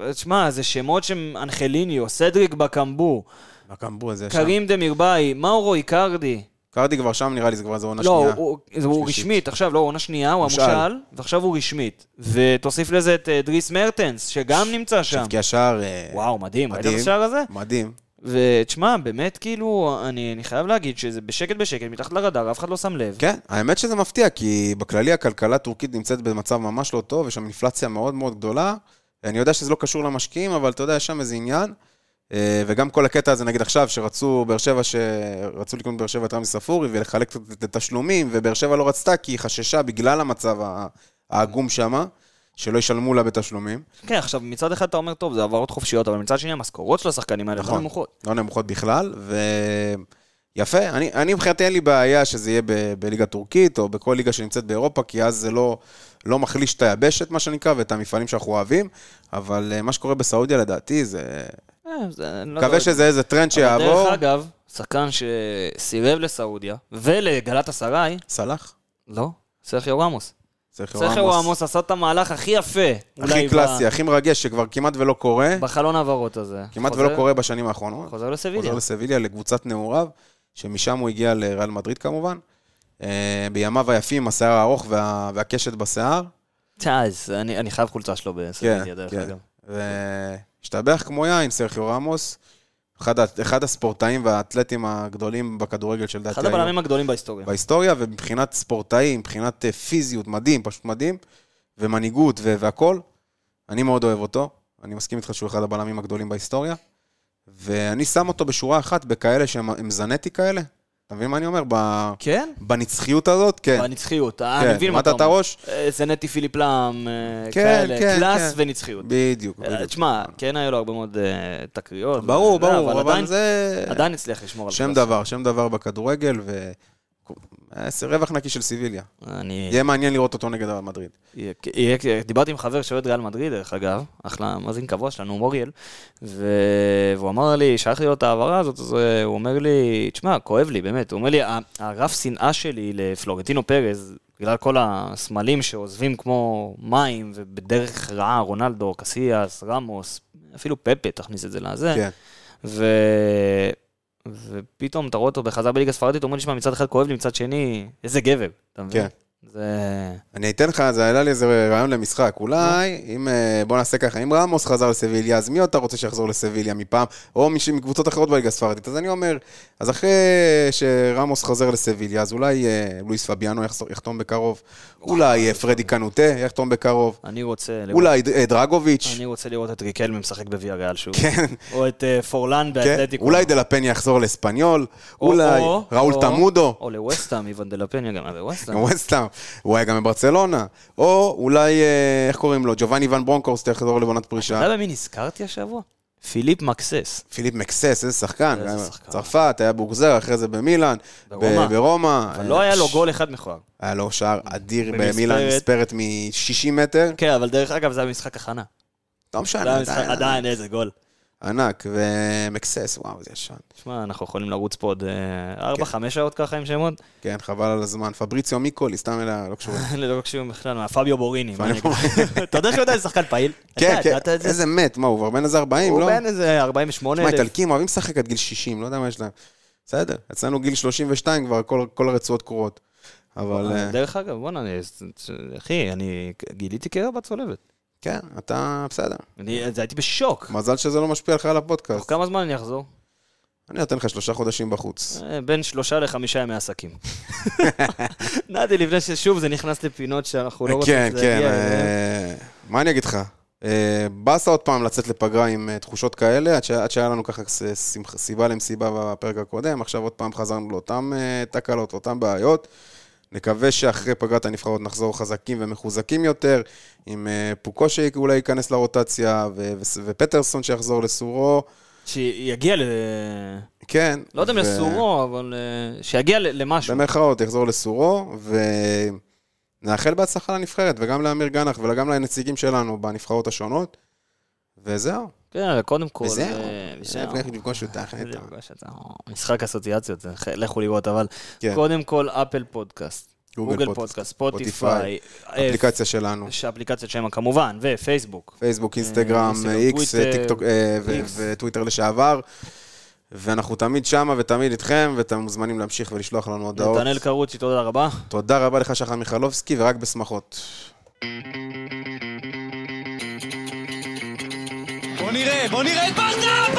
A: אה, תשמע, זה שמות שהם אנחליניו, סדריק בקמבו,
B: הקמבו הזה שם.
A: קרים דמירבאי, מאורו איקרדי.
B: קרדי כבר שם, נראה לי, זה כבר זה עונה
A: לא,
B: שנייה.
A: הוא- הוא- הוא
B: שלישית.
A: רשמית, עכשיו לא, עונה שנייה, הוא
B: מושאל.
A: המושל, ועכשיו הוא רשמית. ותוסיף לזה את אה, דריס מרטנס, שגם נמצא שם.
B: שהבקיע שער... אה,
A: כן. וואו, מדהים, ראית את
B: מדהים.
A: השער הזה?
B: מדהים.
A: ותשמע, באמת, כאילו, אני, אני חייב להגיד שזה בשקט בשקט, מתחת לרדאר, אף אחד לא שם לב.
B: כן, האמת שזה מפתיע, כי בכללי הכלכלה הטורקית נמצאת במצב ממש לא טוב, יש שם אינפלציה מאוד מאוד גדולה. אני יודע שזה לא קשור למשקיעים, אבל אתה יודע, יש שם איזה עניין. אה, וגם כל הקטע הזה, נגיד עכשיו, שרצו באר שבע, שרצו לקנות באר שבע את רמי ספורי ולחלק קצת את התשלומים, ובאר שבע לא רצתה כי היא חששה בגלל המצב ה- העגום שם, שלא ישלמו לה בתשלומים.
A: כן, עכשיו, מצד אחד אתה אומר, טוב, זה העברות חופשיות, אבל מצד שני, המשכורות של השחקנים האלה לא נמוכות.
B: לא נמוכות בכלל, ויפה. אני, אני מבחינתי אין לי בעיה שזה יהיה ב, בליגה טורקית, או בכל ליגה שנמצאת באירופה, כי אז זה לא, לא מחליש את היבשת, מה שנקרא, ואת המפעלים שאנחנו אוהבים, אבל אה, מה שקורה בסעודיה, לדעתי, זה...
A: אה, זה- אני לא
B: מקווה
A: יודע.
B: שזה איזה טרנד
A: אבל
B: שיעבור.
A: דרך אגב, שחקן שסירב לסעודיה, ולגלת אסריי,
B: סלח?
A: לא, סרחיו רמוס.
B: סרחיו
A: סרחיו
B: רמוס.
A: רמוס עשה את המהלך הכי יפה, אולי
B: הכי
A: ב-
B: קלאסי, הכי מרגש, שכבר כמעט ולא קורה,
A: בחלון העברות הזה.
B: כמעט
A: חוזר-
B: ולא קורה בשנים האחרונות.
A: חוזר לסביליה.
B: חוזר לסביליה, לקבוצת נעוריו, שמשם הוא הגיע לריאל מדריד כמובן. אה, בימיו היפים, השיער הארוך וה... והקשת בשיער.
A: צ'אז, אני אני חייב חולצה שלו בסרבדיה, דרך
B: כן.
A: אגב.
B: והשתבח כמו יין, סרחיו רמוס, אחד, ה- אחד הספורטאים והאתלטים הגדולים בכדורגל של דעתי
A: אחד הבלמים הגדולים בהיסטוריה.
B: כן. בהיסטוריה, ומבחינת ספורטאי, מבחינת אה, פיזיות, מדהים, פשוט מדהים, ומנהיגות ו- והכול. אני מאוד אוהב אותו, אני מסכים איתך שהוא אחד הבלמים הגדולים בהיסטוריה, ואני שם אותו בשורה אחת בכאלה שהם הם זנטי כאלה. אתה מבין מה אני אומר? ב...
A: כן?
B: בנצחיות הזאת, כן.
A: בנצחיות, אה,
B: כן,
A: אני מבין מה
B: למדת
A: אתה
B: את
A: אומר.
B: הראש?
A: אה, זה נטי פיליפ לאם, אה,
B: כן,
A: כאלה,
B: כן,
A: קלאס
B: כן.
A: ונצחיות.
B: בדיוק,
A: אה,
B: בדיוק.
A: תשמע, כן היו לו הרבה מאוד אה, תקריות.
B: ברור,
A: וזה,
B: ברור,
A: עדיין-
B: אבל זה...
A: עדיין הצליח לשמור על
B: שם
A: קלאס.
B: דבר, שם דבר בכדורגל, ו... אה, רווח נקי של סיביליה.
A: כן. אני...
B: יהיה מעניין לראות אותו נגד אוהד מדריד.
A: יהיה- יהיה- דיברתי עם חבר שאוהד ריאל מדריד, דרך אגב, אחלה מאזין קבוע שלנו, מוריאל, ו- והוא אמר לי, שלחתי לו את ההעברה הזאת, אז אה, הוא אומר לי, תשמע, כואב לי, באמת. הוא אומר לי, "ה- הרף שנאה שלי לפלורנטינו פרז, בגלל כל הסמלים שעוזבים כמו מים, ובדרך רעה, רונלדו, קסיאס, רמוס, אפילו פפה, תכניס את זה לזה.
B: כן.
A: ו... ופתאום אתה רואה אותו בחזרה בליגה הספרדית, הוא אומר לי, שמע, מצד אחד כואב לי, מצד שני, איזה גבר, אתה מבין?
B: כן.
A: זה...
B: אני אתן לך, זה עלה לי איזה רעיון למשחק. אולי, אם... אה, בוא נעשה ככה, אם רמוס חזר לסביליה, אז מי אתה רוצה שיחזור לסביליה מפעם? או מישהו מקבוצות אחרות בליגה הספרדית. אז אני אומר, אז אחרי שרמוס חוזר לסביליה, אז אולי אה, לואיס פביאנו יחזור- יחתום בקרוב. אולי אה, פרדי קנוטה יחתום בקרוב.
A: אני רוצה... לראות-
B: אולי אה, דרגוביץ'.
A: אני רוצה לראות את ריקלמי משחק בוויה ריאל שוב.
B: כן.
A: או את אה, פורלן
B: כן,
A: באתלטיקו.
B: אולי דלפן יחזור לאספניול,
A: או-
B: אולי
A: או-
B: ראול
A: או-
B: תמודו,
A: או לווסטאם, איוון דלפניה גם אה, היה בווסטאם.
B: גם ווסטהאם, הוא היה גם בברצלונה, או אולי, אה, איך קוראים לו, ג'ובאני ון ברונקורסט יחזור לבונת
A: אתה
B: פרישה,
A: יודע במי נזכרתי השבוע? פיליפ מקסס.
B: פיליפ מקסס, איזה שחקן,
A: איזה
B: גם
A: שחקן.
B: צרפת, היה באוגזר, אחרי זה במילאן,
A: ברומא.
B: ב- ברומא,
A: אבל
B: אה,
A: לא היה לו
B: ש-
A: גול אחד מכוער.
B: היה לו שער אדיר
A: במספרת.
B: במילאן, מספרת מ-60 מטר,
A: כן, אבל דרך אגב, זה היה משחק הכנה. זה
B: לא משנה,
A: היה משחק- עדיין,
B: אה.
A: איזה גול.
B: ענק, ומקסס, וואו, זה ישן,
A: שמע, אנחנו יכולים לרוץ פה עוד 4-5 שעות ככה עם שמות.
B: כן, חבל על הזמן, פבריציו מיקולי, סתם אלה, לא קשורים.
A: לא קשורים בכלל, מה, פביו בוריני. מה אני אגיד
B: פביו
A: לך? אתה יודע שהוא עדיין שחקן פעיל?
B: כן,
A: אתה
B: כן,
A: ידעת את זה?
B: איזה מת, מה, הוא כבר בן איזה 40, לא?
A: הוא בין איזה 48
B: תשמע,
A: אלף.
B: איטלקים אוהבים לשחק עד גיל 60, לא יודע מה יש להם. בסדר, אצלנו גיל 32 כבר, כל, כל הרצועות קרועות. אבל אה,
A: דרך אגב, בואנה, אני- אחי, אני גיליתי קרע בצולבת.
B: כן, אתה בסדר.
A: אני אז הייתי בשוק.
B: מזל שזה לא משפיע לך על
A: תוך
B: הפודקאסט.
A: כמה זמן אני אחזור?
B: אני נותן לך שלושה חודשים בחוץ.
A: אה, בין שלושה לחמישה ימי עסקים. נעתי לפני ששוב זה נכנס לפינות שאנחנו לא רוצים
B: כן,
A: שזה
B: כן.
A: יגיע אליהן.
B: אה, מה אני אגיד לך? אה, באסה עוד פעם לצאת לפגרה עם אה, תחושות כאלה, עד שה- עד שהיה לנו ככה ס- שמח- סיבה למסיבה בפרק הקודם, עכשיו עוד פעם חזרנו לאותן אה, תקלות, לאותן בעיות. נקווה שאחרי פגרת הנבחרות נחזור חזקים ומחוזקים יותר, עם אה, פוקו שאולי ייכנס לרוטציה, ו- ו- ופטרסון שיחזור לסורו.
A: שיגיע ל...
B: כן.
A: לא יודע אם
B: ו-
A: לסורו, אבל אה, שיגיע ל- למשהו.
B: במרכאות, יחזור לסורו, ונאחל בהצלחה לנבחרת, וגם לאמיר גנח וגם לנציגים שלנו בנבחרות השונות. וזהו,
A: כן, קודם כל.
B: וזהו.
A: אה,
B: זהו, לך לפגוש אותך.
A: זה
B: נטע.
A: פגש את ה- משחק אסוציאציות, זה ח- לכו לראות, אבל
B: כן.
A: קודם כל אפל פודקאסט,
B: גוגל
A: גוגל
B: פודקאסט,
A: פודקאסט,
B: ספוטיפיי,
A: ספוטיפיי, אה,
B: אפליקציה שלנו,
A: יש אפליקציות שם כמובן, ופייסבוק.
B: פייסבוק, אינסטגרם,
A: אינסטגרם,
B: איקס,
A: טוויטר,
B: טיקטוק אה, ו-
A: איקס.
B: וטוויטר לשעבר. ואנחנו תמיד שמה ותמיד איתכם, ואתם מוזמנים להמשיך ולשלוח לנו הודעות.
A: נתנאל קרוצ'י, תודה רבה.
B: תודה רבה לך, שחר מיכלובסקי, ורק בשמחות.
C: בוא נראה, בוא נראה את ברדה,